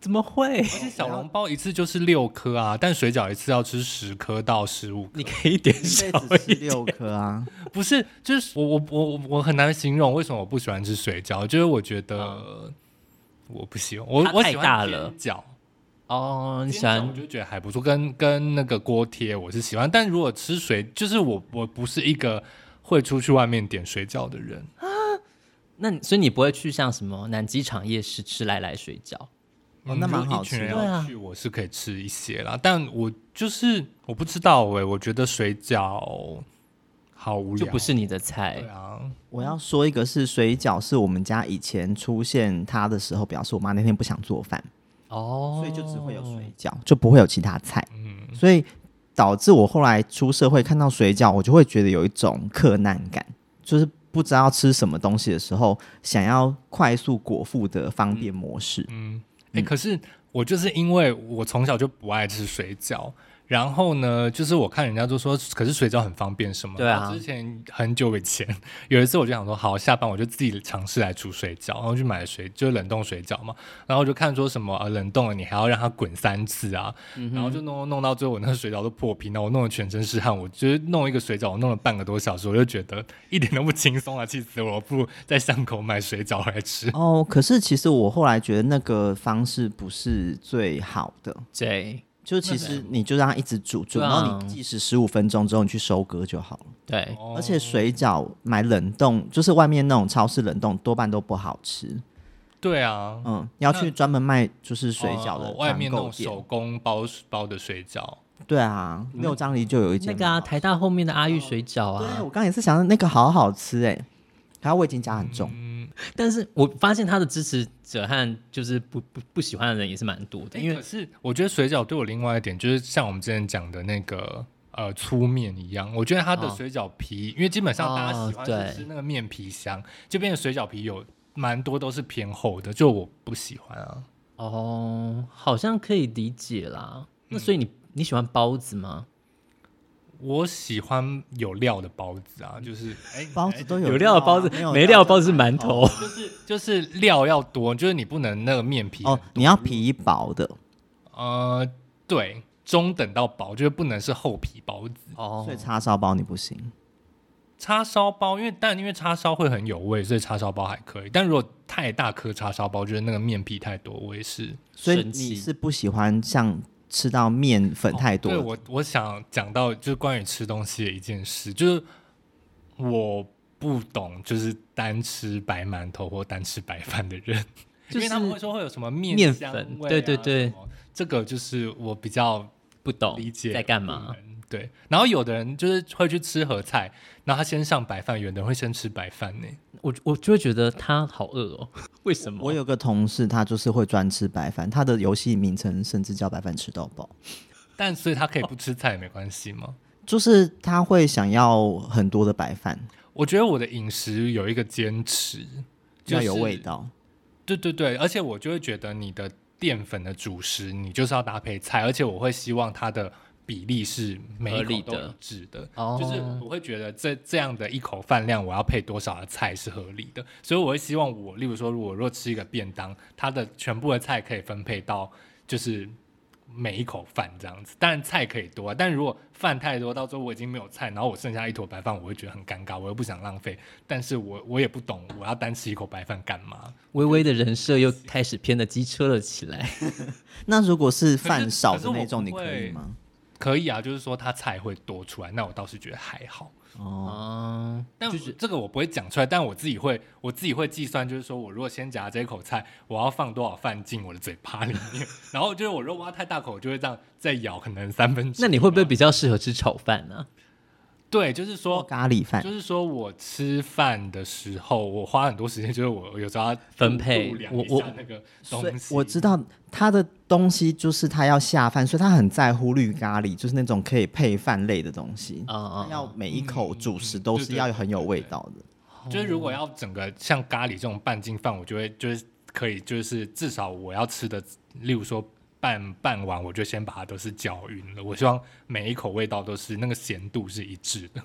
[SPEAKER 1] 怎么会？
[SPEAKER 3] 而且小笼包一次就是六颗啊，但水饺一次要吃十颗到十五颗啊
[SPEAKER 1] 你。可以点
[SPEAKER 2] 一辈
[SPEAKER 1] 小
[SPEAKER 2] 子吃
[SPEAKER 1] 一点，
[SPEAKER 2] 六颗啊，
[SPEAKER 3] 不是，就是我我我我很难形容为什么我不喜欢吃水饺，就是我觉得、我不喜欢，我
[SPEAKER 1] 嗯它
[SPEAKER 3] 我
[SPEAKER 1] 太
[SPEAKER 3] 喜
[SPEAKER 1] 大
[SPEAKER 3] 欢
[SPEAKER 1] 了
[SPEAKER 3] 煎饺，
[SPEAKER 1] 哦，你
[SPEAKER 3] 煎
[SPEAKER 1] 喜
[SPEAKER 3] 饺我
[SPEAKER 1] 欢
[SPEAKER 3] 就觉得还不错，跟跟那个锅贴我是喜欢，但如果吃水，就是我我不是一个会出去外面点水饺的人，
[SPEAKER 1] 那你，所以你不会去像什么南机场夜市吃来来水饺？
[SPEAKER 2] 哦那
[SPEAKER 3] 嗯
[SPEAKER 2] 蛮
[SPEAKER 3] 如果
[SPEAKER 2] 好
[SPEAKER 3] 一群
[SPEAKER 2] 吃
[SPEAKER 3] 人
[SPEAKER 1] 的对
[SPEAKER 3] 要
[SPEAKER 1] 啊
[SPEAKER 3] 去，我是可以吃一些啦，但我就是我不知道哎、我觉得水饺好无
[SPEAKER 1] 就
[SPEAKER 3] 聊，
[SPEAKER 1] 不是你的
[SPEAKER 3] 对
[SPEAKER 1] 菜，
[SPEAKER 3] 啊，
[SPEAKER 2] 我要说一个是水饺，是我们家以前出现它的时候，表示我妈那天不想做饭。
[SPEAKER 1] 哦，
[SPEAKER 2] 所以就只会有水饺，哦就不会有其他菜。
[SPEAKER 3] 嗯，
[SPEAKER 2] 所以导致我后来出社会看到水饺，我就会觉得有一种克难感，就是不知道吃什么东西的时候，想要快速果腹的方便模式。
[SPEAKER 3] 欸
[SPEAKER 1] 嗯
[SPEAKER 3] 哎、可是我就是因为我从小就不爱吃水饺，然后呢，就是我看人家就说，可是水饺很方便什么？
[SPEAKER 1] 对啊
[SPEAKER 3] 然后之前很久以前有一次，我就想说，好，下班我就自己尝试来煮水饺，然后去买水，就是冷冻水饺嘛。然后我就看说什么呃冷冻了，你还要让它滚三次啊，
[SPEAKER 1] 嗯
[SPEAKER 3] 然后就弄弄到最后，我那个水饺都破皮，然后我弄得全身是汗。我就是弄一个水饺，我弄了半个多小时，我就觉得一点都不轻松啊，气死我了！我不如在巷口买水饺来吃。
[SPEAKER 2] 哦，可是其实我后来觉得那个方式不是最好的，
[SPEAKER 1] 对
[SPEAKER 2] 就其实你就让它一直煮煮，
[SPEAKER 1] 对啊
[SPEAKER 2] 然后你计时十五分钟之后你去收割就好了。
[SPEAKER 1] 对，
[SPEAKER 3] 哦
[SPEAKER 2] 而且水饺买冷冻，就是外面那种超市冷冻多半都不好吃。
[SPEAKER 3] 对啊，
[SPEAKER 2] 嗯，你要去专门卖就是水饺的
[SPEAKER 3] 哦外面那
[SPEAKER 2] 团购
[SPEAKER 3] 种
[SPEAKER 2] 店
[SPEAKER 3] 手嗯工包包的水饺，
[SPEAKER 2] 对啊，六张里就有
[SPEAKER 1] 那
[SPEAKER 2] 一间
[SPEAKER 1] 个啊，
[SPEAKER 2] 蛮好
[SPEAKER 1] 台大后面的阿玉水饺
[SPEAKER 2] 吃。对，
[SPEAKER 1] 啊
[SPEAKER 2] 我，刚才也是想到那个好好吃哎、欸，然后味精加很重。
[SPEAKER 3] 嗯，
[SPEAKER 1] 但是我发现他的支持者和就是不不不喜欢的人也是蛮多的，因
[SPEAKER 3] 因为
[SPEAKER 1] 为
[SPEAKER 3] 可是我觉得水饺对我另外一点就是像我们之前讲的那个呃粗面一样，我觉得它的
[SPEAKER 1] 哦
[SPEAKER 3] 水饺皮，因为基本上大家喜
[SPEAKER 1] 哦对
[SPEAKER 3] 欢是吃那个面皮香，这边的水饺皮有蛮多都是偏厚的，就我不喜欢啊。
[SPEAKER 1] 哦，好像可以理解啦。那所以你你喜欢包子吗？
[SPEAKER 3] 我喜欢有料的包子啊，就是哎，
[SPEAKER 2] <laughs> 包子都
[SPEAKER 1] 有料的包子
[SPEAKER 2] 没有，
[SPEAKER 1] 没料的包子是馒头。
[SPEAKER 3] 就是料要多，就是你不能那个面皮
[SPEAKER 2] 哦，你要皮薄的，
[SPEAKER 3] 呃，对，中等到薄，就是不能是厚皮包子。
[SPEAKER 1] 哦
[SPEAKER 2] 所以叉烧包你不行。
[SPEAKER 3] 叉烧包，因为但因为叉烧会很有味，所以叉烧包还可以。但如果太大颗叉烧包，就是那个面皮太多，我也是。
[SPEAKER 2] 所以
[SPEAKER 1] 神奇
[SPEAKER 2] 你是不喜欢像吃到面粉太多
[SPEAKER 3] 哦对
[SPEAKER 2] 的，
[SPEAKER 3] 我，我想讲到就是关于吃东西的一件事，就是我不懂，就是单吃白馒头或单吃白饭的
[SPEAKER 1] <laughs>
[SPEAKER 3] 人，
[SPEAKER 1] 就是
[SPEAKER 3] 因为他们会说会有什么面
[SPEAKER 1] 面
[SPEAKER 3] 香
[SPEAKER 1] 粉
[SPEAKER 3] 味啊
[SPEAKER 1] 对对对，
[SPEAKER 3] 什么这个就是我比较
[SPEAKER 1] 不懂
[SPEAKER 3] 理解
[SPEAKER 1] 在干嘛？？
[SPEAKER 3] 对，然后有的人就是会去吃合菜，然后他先上白饭，有的人会先吃白饭呢、
[SPEAKER 1] 我我就会觉得他好饿哦，为什么？
[SPEAKER 2] 我有个同事，他就是会专吃白饭，他的游戏名称甚至叫白饭吃到饱，
[SPEAKER 3] 但所以他可以不吃菜也没关系吗？
[SPEAKER 2] 就是他会想要很多的白饭，
[SPEAKER 3] 我觉得我的饮食有一个坚持，就
[SPEAKER 2] 要
[SPEAKER 3] 是
[SPEAKER 2] 有味。道。
[SPEAKER 3] 对对对，而且我就会觉得你的淀粉的主食，你就是要搭配菜，而且我会希望它的比例是每
[SPEAKER 1] 合
[SPEAKER 3] 一
[SPEAKER 1] 理
[SPEAKER 3] 口都
[SPEAKER 1] 的
[SPEAKER 3] 一致的。
[SPEAKER 1] 哦
[SPEAKER 3] 就是我会觉得这这样的一口饭量，我要配多少的菜是合理的，所以我会希望我，例如说，如果若吃一个便当，它的全部的菜可以分配到就是每一口饭这样子。当然菜可以多、啊，但如果饭太多，到最后我已经没有菜，然后我剩下一坨白饭，我会觉得很尴尬，我又不想浪费，但是我我也不懂我要单吃一口白饭干嘛。
[SPEAKER 1] 微微的人设又开始偏的机车了起来。
[SPEAKER 2] 那如果是
[SPEAKER 3] 是
[SPEAKER 2] 饭少
[SPEAKER 3] 可是
[SPEAKER 2] 的
[SPEAKER 3] 我
[SPEAKER 2] 那种，
[SPEAKER 3] 不
[SPEAKER 2] 你可以
[SPEAKER 3] 会
[SPEAKER 2] 吗？
[SPEAKER 3] 可以啊，就是说它菜会多出来，那我倒是觉得还好。
[SPEAKER 2] 哦，
[SPEAKER 1] 哦，
[SPEAKER 3] 但就是这个我不会讲出来，但我自己会，我自己会计算，就是说我如果先夹这一口菜，我要放多少饭进我的嘴巴里面， <laughs> 然后就是我如果挖太大口，我就会这样再咬，可能三分之一吧。
[SPEAKER 1] 那你会不会比较适合吃炒饭呢、
[SPEAKER 3] 对？就是
[SPEAKER 2] 或
[SPEAKER 3] 说，
[SPEAKER 2] 咖喱饭
[SPEAKER 3] 就，是说我吃饭的时候，我花很多时间，就是我有时候要
[SPEAKER 1] 分配
[SPEAKER 3] 度量
[SPEAKER 1] 我
[SPEAKER 3] 一
[SPEAKER 1] 我
[SPEAKER 3] 下那个
[SPEAKER 2] 所以
[SPEAKER 3] 东西，
[SPEAKER 2] 我知道他的东西就是他要下饭，所以他很在乎绿咖喱，就是那种可以配饭类的东西。
[SPEAKER 1] 啊啊
[SPEAKER 2] 他要每一
[SPEAKER 3] 嗯
[SPEAKER 2] 口
[SPEAKER 3] 嗯
[SPEAKER 2] 主
[SPEAKER 3] 嗯
[SPEAKER 2] 食都
[SPEAKER 3] 对
[SPEAKER 2] 是
[SPEAKER 3] 对
[SPEAKER 2] 要
[SPEAKER 3] 对
[SPEAKER 2] 很有
[SPEAKER 3] 对
[SPEAKER 2] 味
[SPEAKER 3] 嗯对
[SPEAKER 2] 道的。
[SPEAKER 3] 就是如果要整个像咖喱这种半斤饭，我就会就是可以，就是至少我要吃的，例如说半半碗，我就先把它都是搅匀了。我希望每一口味道都是那个咸度是一致的。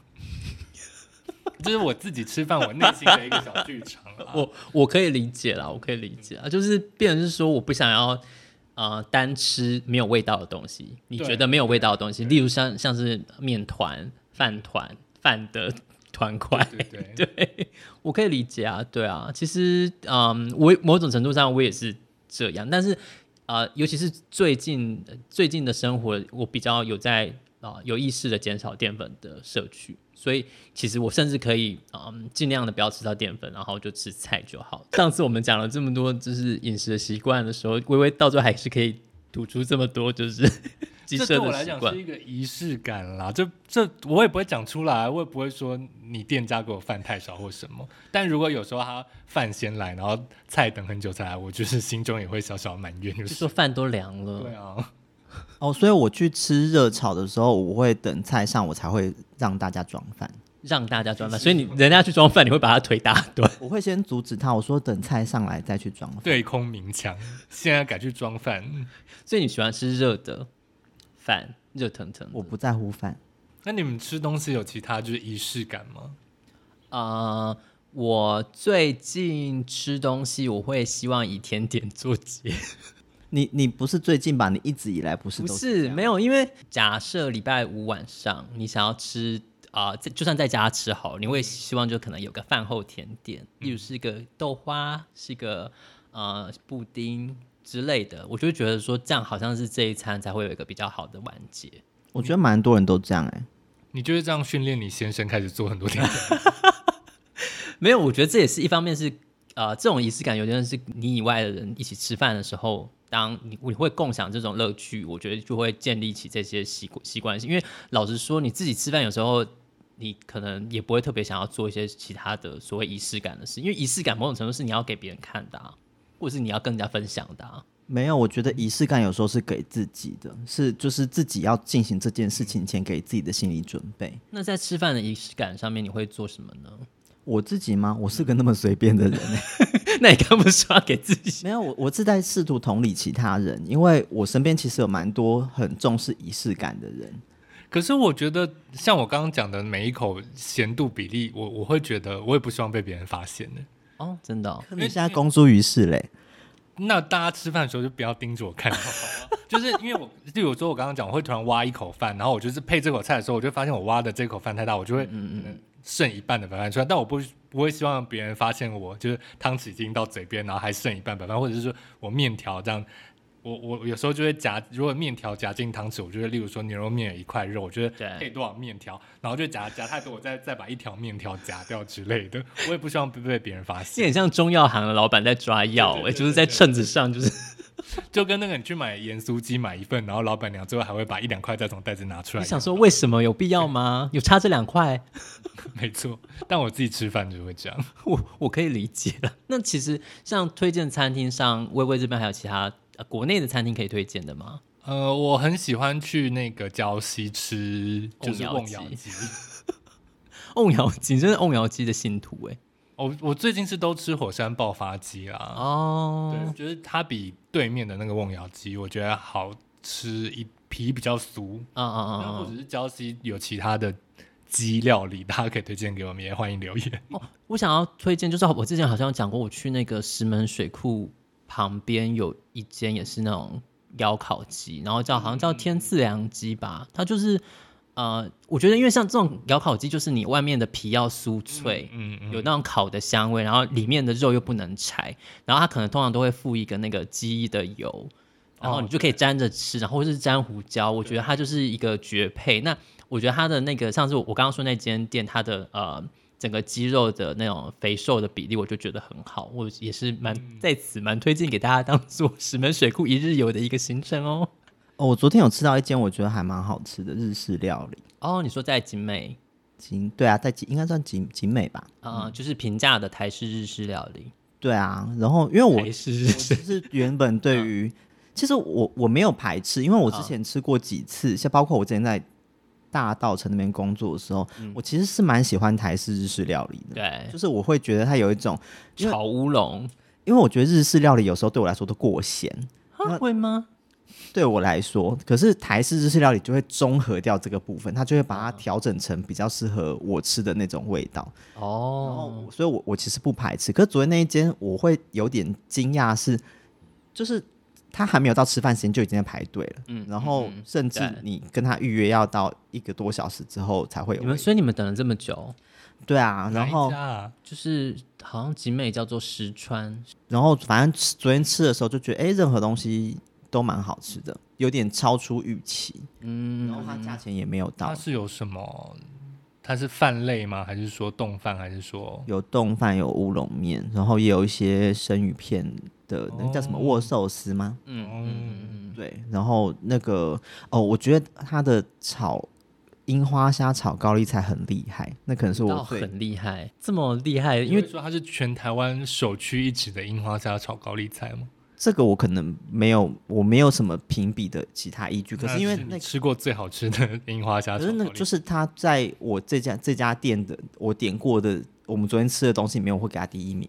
[SPEAKER 3] <laughs> 这是我自己吃饭我内心的一个小剧场啊啦。
[SPEAKER 1] 我我可以理解啦，我可以理解啊，就是变成是说我不想要呃单吃没有味道的东西，你
[SPEAKER 3] 对
[SPEAKER 1] 觉得没有味道的东西，例如像像是面团、饭团、饭的团块，
[SPEAKER 3] 对对对，
[SPEAKER 1] 对我可以理解啊，对啊，其实嗯，我某种程度上我也是这样，但是呃，尤其是最近呃最近的生活，我比较有在啊、有意识的减少淀粉的摄取，所以其实我甚至可以嗯尽量的不要吃到淀粉，然后就吃菜就好。上次我们讲了这么多就是饮食的习惯的时候，微微到最后还是可以吐出这么多就是 <laughs> 鸡
[SPEAKER 3] 这
[SPEAKER 1] 舍
[SPEAKER 3] 对我
[SPEAKER 1] 的
[SPEAKER 3] 来
[SPEAKER 1] 习
[SPEAKER 3] 讲
[SPEAKER 1] 惯
[SPEAKER 3] 是。一个仪式感啦。这这我也不会讲出来，我也不会说你店家给我饭太少或什么。但如果有时候他饭先来，然后菜等很久才来，我就是心中也会小小埋怨，就
[SPEAKER 1] 就是说饭都凉了，
[SPEAKER 3] 对啊，
[SPEAKER 2] 哦，所以我去吃热炒的时候，我会等菜上，我才会让大家装饭。
[SPEAKER 1] 让大家装饭，所以你人家去装饭，你会把他腿打断。
[SPEAKER 2] 我会先阻止他，我说等菜上来再去装饭。
[SPEAKER 3] 对空鸣枪，现在改去装饭，
[SPEAKER 1] 所以你喜欢吃热的饭，热腾腾的。
[SPEAKER 2] 我不在乎饭。
[SPEAKER 3] 那你们吃东西有其他就是仪式感吗？
[SPEAKER 1] 呃，我最近吃东西，我会希望以甜点做结。
[SPEAKER 2] 你你不是最近吧？你一直以来不
[SPEAKER 1] <laughs>
[SPEAKER 2] 是
[SPEAKER 1] 不
[SPEAKER 2] 都
[SPEAKER 1] 是没
[SPEAKER 2] 有
[SPEAKER 1] 有，因为假设礼拜五晚上你想要吃啊、在就算在家吃好了，你会希望就可能有个饭后甜点，例如是一个豆花，是一个呃布丁之类的，我就会觉得说这样好像是这一餐才会有一个比较好的完结。
[SPEAKER 2] 我觉得蛮多人都这样哎、
[SPEAKER 3] 你就是这样训练你先生开始做很多甜
[SPEAKER 1] <laughs>
[SPEAKER 3] 点，
[SPEAKER 1] 没有，我觉得这也是一方面是呃，这种仪式感有点是你以外的人一起吃饭的时候，当你你会共享这种乐趣，我觉得就会建立起这些习惯习惯性。因为老实说，你自己吃饭有时候。你可能也不会特别想要做一些其他的所谓仪式感的事，因为仪式感某种程度是你要给别人看的、啊，或者是你要跟人家分享的、啊。
[SPEAKER 2] 没有，我觉得仪式感有时候是给自己的，是就是自己要进行这件事情前给自己的心理准备。
[SPEAKER 1] 那在吃饭的仪式感上面，你会做什么呢？ <laughs>
[SPEAKER 2] 我自己吗？我是个那么随便的人、欸， <laughs>
[SPEAKER 1] 那你干嘛说要给自己？
[SPEAKER 2] 没有，我我是在试图同理其他人，因为我身边其实有蛮多很重视仪式感的人。
[SPEAKER 3] 可是我觉得像我刚刚讲的每一口咸度比例，我我会觉得我也不希望被别人发现的。
[SPEAKER 1] 哦，真的、哦，
[SPEAKER 2] 可你现在公诸于世嘞，
[SPEAKER 3] 那大家吃饭的时候就不要盯着我 <laughs> 看，好吗？就是因为我，例如说我刚刚讲，我会突然挖一口饭，然后我就是配这口菜的时候，我就发现我挖的这口饭太大，我就会嗯嗯剩一半的白饭出来，但我不不会希望别人发现我就是汤匙已经到嘴边，然后还剩一半白饭，或者是说我面条这样。我我有时候就会夹，如果面条夹进汤匙，我就会，例如说牛肉面有一块肉，我觉
[SPEAKER 1] 对
[SPEAKER 3] 得配多少面条，然后就夹夹太多，我再再把一条面条夹掉之类的，我也不希望被被别人发
[SPEAKER 1] 这
[SPEAKER 3] 现。
[SPEAKER 1] 很像中药行的老板在抓药、
[SPEAKER 3] 对对
[SPEAKER 1] 哎，
[SPEAKER 3] 对
[SPEAKER 1] 就是在秤子上，就是
[SPEAKER 3] 就跟那个你去买盐酥鸡买一份，然后老板娘最后还会把一两块再从袋子拿出来
[SPEAKER 1] 你。想说为什么有必要吗？有差这两块，
[SPEAKER 3] <laughs>
[SPEAKER 1] <laughs>
[SPEAKER 3] 没错，但我自己吃饭就会这样。
[SPEAKER 1] 我我可以理解了。 <laughs> 那其实像推荐餐厅上，微微这边还有其他、呃、国内的餐厅可以推荐的吗？
[SPEAKER 3] 呃，我很喜欢去那个礁溪吃，就是
[SPEAKER 1] 瓮窑
[SPEAKER 3] 瓮窑
[SPEAKER 1] 鸡
[SPEAKER 3] 鸡。
[SPEAKER 1] 瓮窑鸡真的瓮窑鸡的信徒哎、
[SPEAKER 3] <laughs> 我我最近是都吃火山爆发鸡啦，
[SPEAKER 1] 哦
[SPEAKER 3] 对，，就是它比对面的那个瓮窑鸡，我觉得好吃一皮比较酥。
[SPEAKER 1] 啊啊啊
[SPEAKER 3] 那
[SPEAKER 1] 啊
[SPEAKER 3] 或
[SPEAKER 1] 啊！
[SPEAKER 3] 者是礁溪有其他的鸡料理，大家可以推荐给我们，也欢迎留言。
[SPEAKER 1] 我想要推荐就是我之前好像讲过，我去那个石门水库旁边有一间也是那种腰烤鸡，然后叫好像叫天赐良鸡吧，它就是。呃，我觉得因为像这种窑烤鸡，就是你外面的皮要酥脆，
[SPEAKER 3] 嗯嗯，
[SPEAKER 1] 有那种烤的香味，然后里面的肉又不能柴，然后它可能通常都会附一个那个鸡的油，然后你就可以沾着吃，然后或是沾胡椒，我觉得它就是一个绝配。那我觉得它的那个上次我我刚刚说那间店，它的呃整个鸡肉的那种肥瘦的比例，我就觉得很好，我也是蛮在此蛮推荐给大家当做 <laughs> 石门水库一日游的一个行程哦。
[SPEAKER 2] 哦，我昨天有吃到一间我觉得还蛮好吃的日式料理，
[SPEAKER 1] 哦，你说在景美
[SPEAKER 2] 景对啊，在景应该算景景美吧？
[SPEAKER 1] 啊、呃就是平价的台式日式料理，
[SPEAKER 2] 对啊，然后因为我
[SPEAKER 1] 台式日式
[SPEAKER 2] 其实原本对于，其实我我没有排斥，因为我之
[SPEAKER 1] 嗯
[SPEAKER 2] 前吃过几次，像包括我之前在大稻城那边工作的时候，我其实是蛮喜欢台式日式料理的。
[SPEAKER 1] 对
[SPEAKER 2] 就是我会觉得它有一种，因为
[SPEAKER 1] 炒乌龙，
[SPEAKER 2] 因为我觉得日式料理有时候对我来说都过咸，
[SPEAKER 1] 啊会吗？
[SPEAKER 2] 对我来说，可是台式日式料理就会中和掉这个部分，它就会把它调整成比较适合我吃的那种味道。然后
[SPEAKER 1] 哦，
[SPEAKER 2] 我，所以我我其实不排斥。可是昨天那一间，我会有点惊讶是，就是他还没有到吃饭时间就已经在排队了，
[SPEAKER 1] 嗯
[SPEAKER 2] 然后
[SPEAKER 1] 嗯嗯
[SPEAKER 2] 甚至
[SPEAKER 1] 对
[SPEAKER 2] 你跟他预约要到一个多小时之后才会有
[SPEAKER 1] 你
[SPEAKER 2] 位
[SPEAKER 1] 们
[SPEAKER 2] 置。
[SPEAKER 1] 所以你们等了这么久，
[SPEAKER 2] 对啊，然后
[SPEAKER 3] 哪一家啊
[SPEAKER 1] 就是好像景美叫做石川，
[SPEAKER 2] 然后反正吃昨天吃的时候就觉得，哎、任何东西都蛮好吃的，有点超出预期，然后
[SPEAKER 1] 嗯，
[SPEAKER 2] 它价钱也没有到
[SPEAKER 3] 它。是有什么？它是饭类吗？还是说冻饭？还是说
[SPEAKER 2] 有冻饭，有乌龙面，然后也有一些生鱼片的，那个叫什么
[SPEAKER 3] 哦
[SPEAKER 2] 握寿司吗？
[SPEAKER 1] 嗯嗯
[SPEAKER 2] 对，然后那个哦，我觉得它的炒樱花虾炒高丽菜很厉害，那可能是
[SPEAKER 1] 嗯，
[SPEAKER 2] 我
[SPEAKER 1] 到
[SPEAKER 2] 最
[SPEAKER 1] 很厉害，这么厉害，因
[SPEAKER 3] 因为
[SPEAKER 1] 为
[SPEAKER 3] 说它是全台湾首屈一指的樱花虾炒高丽菜吗？
[SPEAKER 2] 这个我可能没有我没有什么评比的其他依据，可是因为
[SPEAKER 3] 你
[SPEAKER 2] 那个。
[SPEAKER 3] 吃过最好吃的樱花虾
[SPEAKER 2] 可
[SPEAKER 3] 炒
[SPEAKER 2] 是
[SPEAKER 3] 高丽
[SPEAKER 2] 那
[SPEAKER 3] 菜，
[SPEAKER 2] 就是他在我这家这家店的我点过的，我们昨天吃的东西里面，我会给他第一名。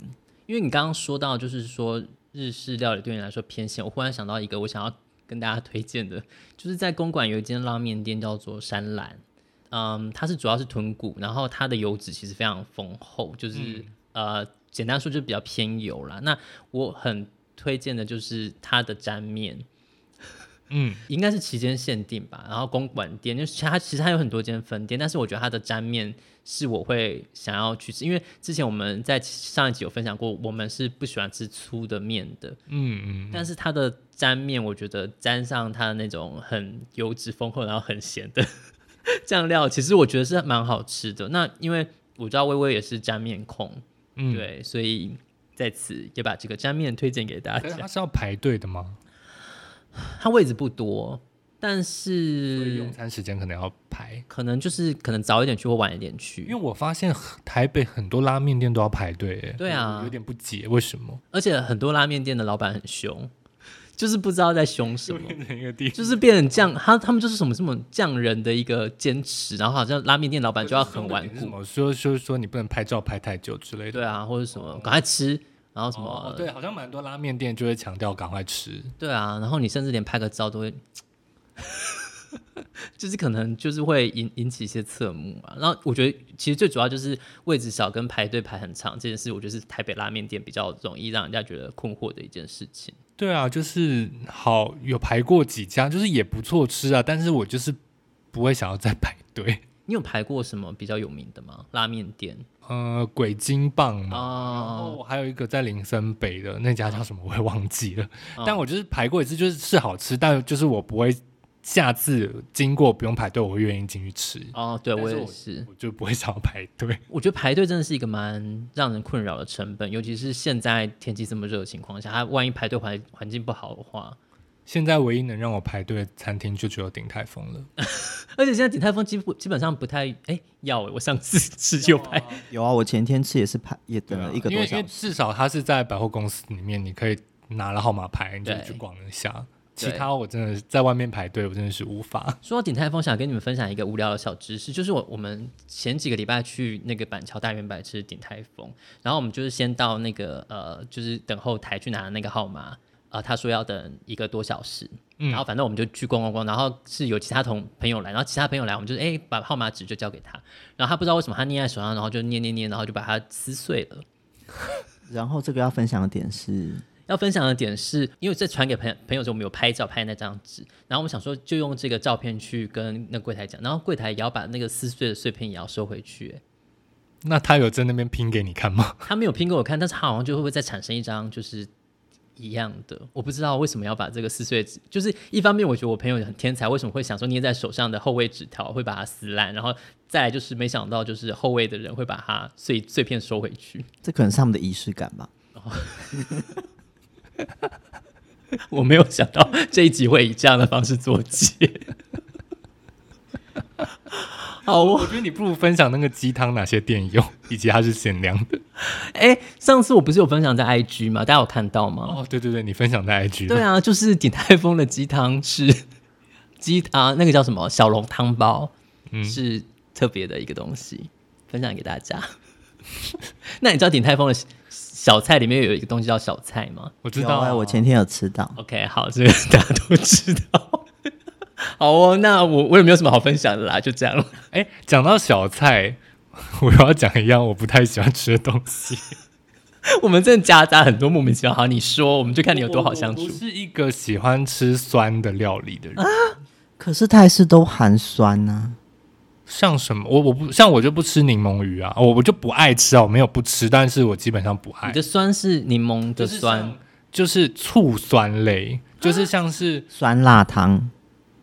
[SPEAKER 1] 因为你刚刚说到，就是说日式料理对你来说偏咸，我忽然想到一个我想要跟大家推荐的，就是在公馆有一间拉面店叫做山兰，嗯，它是主要是豚骨，然后它的油脂其实非常丰厚，就是、呃，简单说就比较偏油啦。那我很推荐的就是它的沾面，
[SPEAKER 3] 嗯，
[SPEAKER 1] 应该是期间限定吧。然后公馆店，就是其他其实它有很多间分店，但是我觉得它的沾面是我会想要去吃，因为之前我们在上一集有分享过，我们是不喜欢吃粗的面的，
[SPEAKER 3] 嗯嗯，
[SPEAKER 1] 但是它的沾面，我觉得沾上它的那种很油脂丰厚，然后很咸的 <laughs> 酱料，其实我觉得是蛮好吃的。那因为我知道微微也是沾面控，
[SPEAKER 3] 嗯
[SPEAKER 1] 对，所以在此也把这个沾面推荐给大
[SPEAKER 3] 可是
[SPEAKER 1] 家
[SPEAKER 3] 它。是要啊排队的吗？
[SPEAKER 1] 它位置不多，但
[SPEAKER 3] 所以用
[SPEAKER 1] 是
[SPEAKER 3] 餐时间可能要排，
[SPEAKER 1] 可能就是可能早一点去或晚一点去，
[SPEAKER 3] 因为我发现很台北很多拉面店都要排队，哎
[SPEAKER 1] 对啊
[SPEAKER 3] 我有点不解为什么。
[SPEAKER 1] 而且很多拉面店的老板很凶，就是不知道在凶什么。
[SPEAKER 3] 变成一个地
[SPEAKER 1] 就是变成匠，他他们就是什么什么匠人的一个坚持，然后好像拉面店老板就要很顽固
[SPEAKER 3] <laughs> 什，么说说说你不能拍照拍太久之类的。
[SPEAKER 1] 对啊，或者什么赶快吃，然后什么、
[SPEAKER 3] 哦，对，好像蛮多拉面店就会强调赶快吃。
[SPEAKER 1] 对啊，然后你甚至连拍个照都会， <laughs> 就是可能就是会引引起一些侧目啊。然后我觉得其实最主要就是位置少跟排队排很长这件事，我觉得是台北拉面店比较容易让人家觉得困惑的一件事情。
[SPEAKER 3] 对啊，就是好有排过几家，就是也不错吃啊，但是我就是不会想要再排队。
[SPEAKER 1] 你有排过什么比较有名的吗？拉面店
[SPEAKER 3] 呃，鬼金棒嘛，
[SPEAKER 1] 哦，
[SPEAKER 3] 哦，还有一个在林森北的那家叫什么，我也忘记了。
[SPEAKER 1] 哦
[SPEAKER 3] <laughs> 但我就是排过一次，就是是好吃，但就是我不会下次经过不用排队，我会愿意进去吃，
[SPEAKER 1] 哦，对
[SPEAKER 3] 但
[SPEAKER 1] 我
[SPEAKER 3] 是
[SPEAKER 1] 也
[SPEAKER 3] 我
[SPEAKER 1] 是。
[SPEAKER 3] 我就不会想要排队。
[SPEAKER 1] 我觉得排队真的是一个蛮让人困扰的成本，尤其是现在天气这么热的情况下，它万一排队环环境不好的话，
[SPEAKER 3] 现在唯一能让我排队的餐厅就只有鼎泰丰了。
[SPEAKER 1] 而且现在鼎泰丰基本基本上不太哎要哎，我上次 <laughs> 吃有排，
[SPEAKER 2] 有啊，我前天吃也是排，也等啊了一个
[SPEAKER 3] 啊因
[SPEAKER 2] 多
[SPEAKER 3] 为因为
[SPEAKER 2] 小时。
[SPEAKER 3] 至少它是在百货公司里面，你可以拿了号码牌，你就
[SPEAKER 1] 对
[SPEAKER 3] 去逛一下。
[SPEAKER 1] 对
[SPEAKER 3] 其他我真的是在外面排队，我真的是无法。
[SPEAKER 1] 说到鼎泰丰，想跟你们分享一个无聊的小知识，就是我我们前几个礼拜去那个板桥大圆柏吃鼎泰丰，然后我们就是先到那个呃，就是等后台去拿那个号码，呃，他说要等一个多小时，然后反正我们就去逛逛逛，然后是有其他同朋友来，然后其他朋友来，我们就是哎、把号码纸就交给他，然后他不知道为什么他捏在手上，然后就捏捏捏，然后就把它撕碎了。
[SPEAKER 2] 然后这个要分享的点是，
[SPEAKER 1] 要分享的点是，因为在传给朋友朋友的时候，我们有拍照拍那张纸，然后我们想说就用这个照片去跟那柜台讲，然后柜台也要把那个撕碎的碎片也要收回去、欸
[SPEAKER 3] 那他有在那边拼给你看吗？ <laughs>
[SPEAKER 1] 他没有拼给我看，但是他好像就会不会再产生一张就是一样的，我不知道为什么要把这个撕碎纸，就是一方面我觉得我朋友很天才，为什么会想说捏在手上的后卫纸条会把它撕烂，然后再来就是没想到就是后卫的人会把它碎碎片收回去，
[SPEAKER 2] 这可能是他们的仪式感吧。
[SPEAKER 1] 我没有想到这一集会以这样的方式做结。好
[SPEAKER 3] 我
[SPEAKER 1] 哦，
[SPEAKER 3] 觉得你不如分享那个鸡汤哪些店有， <laughs> 以及它是限量的。
[SPEAKER 1] 哎、上次我不是有分享在 IG 吗？大家有看到吗？
[SPEAKER 3] 哦，对对对，你分享在 IG 了
[SPEAKER 1] 对啊，就是鼎泰丰的鸡汤是鸡汤，那个叫什么小笼汤包，
[SPEAKER 3] 嗯
[SPEAKER 1] 是特别的一个东西，分享给大家。 <laughs> 那你知道鼎泰丰的小小菜里面有一个东西叫小菜吗
[SPEAKER 3] 我知
[SPEAKER 2] 有
[SPEAKER 3] 道啊、
[SPEAKER 2] 啊，我前天有吃到。
[SPEAKER 1] ？OK，好，这个大家都知道。 <laughs> 好哦，那我我也没有什么好分享的啦，就这样了。
[SPEAKER 3] 哎，讲到小菜， <laughs> 我又要讲一样我不太喜欢吃的东西。
[SPEAKER 1] <laughs> 我们真的夹杂很多莫名其妙。好，你说，我们就看你有多好相
[SPEAKER 3] 我
[SPEAKER 1] 处
[SPEAKER 3] 不。是一个喜欢吃酸的料理的人。
[SPEAKER 2] 可是泰式都含酸啊呐、
[SPEAKER 3] 像什么？我我不像我就不吃柠檬鱼啊，我我就不爱吃啊，我没有不吃，但是我基本上不
[SPEAKER 1] 你
[SPEAKER 3] 爱，
[SPEAKER 1] 的酸是柠檬的
[SPEAKER 3] 就是
[SPEAKER 1] 酸
[SPEAKER 3] 像，就是醋酸类，
[SPEAKER 2] 啊
[SPEAKER 3] 就是像是
[SPEAKER 2] 酸辣汤。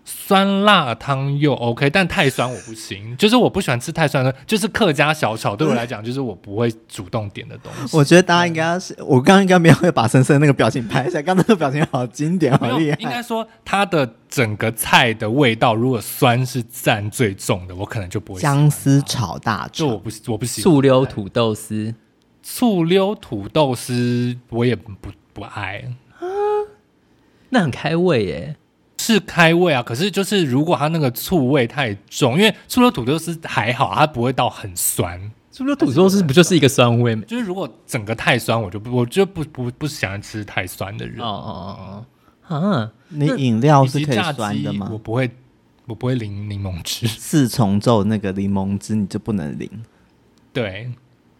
[SPEAKER 3] 酸辣汤又 OK，但太酸我不行，就是我不喜欢吃太酸的，就是客家小炒对我来讲，就是我不会主动点的东西。
[SPEAKER 2] 我觉得大家应该是，我刚刚应该没有会把深深那个表情拍下，刚刚那个表情好经典，
[SPEAKER 3] 没
[SPEAKER 2] 好
[SPEAKER 3] 有
[SPEAKER 2] 厉
[SPEAKER 3] 应
[SPEAKER 2] 害
[SPEAKER 3] 该。说它的整个菜的味道，如果酸是占最重的，我可能就不会喜欢。
[SPEAKER 2] 姜丝炒大
[SPEAKER 3] 就我
[SPEAKER 2] 肠，
[SPEAKER 3] 不喜我不喜欢
[SPEAKER 1] 醋溜土豆丝。
[SPEAKER 3] 醋溜土豆丝，我也不不爱。
[SPEAKER 1] 那很开胃耶、
[SPEAKER 3] 是开胃啊，可是就是如果它那个醋味太重，因为醋溜土豆丝还好，它不会到很酸。
[SPEAKER 1] 猪肉土豆丝不就是一个酸味吗？
[SPEAKER 3] 就是如果整个太酸，我就不我就不不不喜欢吃太酸的人。
[SPEAKER 1] 哦哦哦哦，啊，
[SPEAKER 2] 你饮料
[SPEAKER 3] 以
[SPEAKER 2] 哦是
[SPEAKER 3] 及
[SPEAKER 2] 可
[SPEAKER 3] 炸
[SPEAKER 2] 以
[SPEAKER 3] 鸡
[SPEAKER 2] 酸的
[SPEAKER 3] 我
[SPEAKER 2] 吗？
[SPEAKER 3] 不会，我不会淋柠檬汁。 <laughs>
[SPEAKER 2] 四重奏那个柠檬汁你就不能淋，
[SPEAKER 3] 对，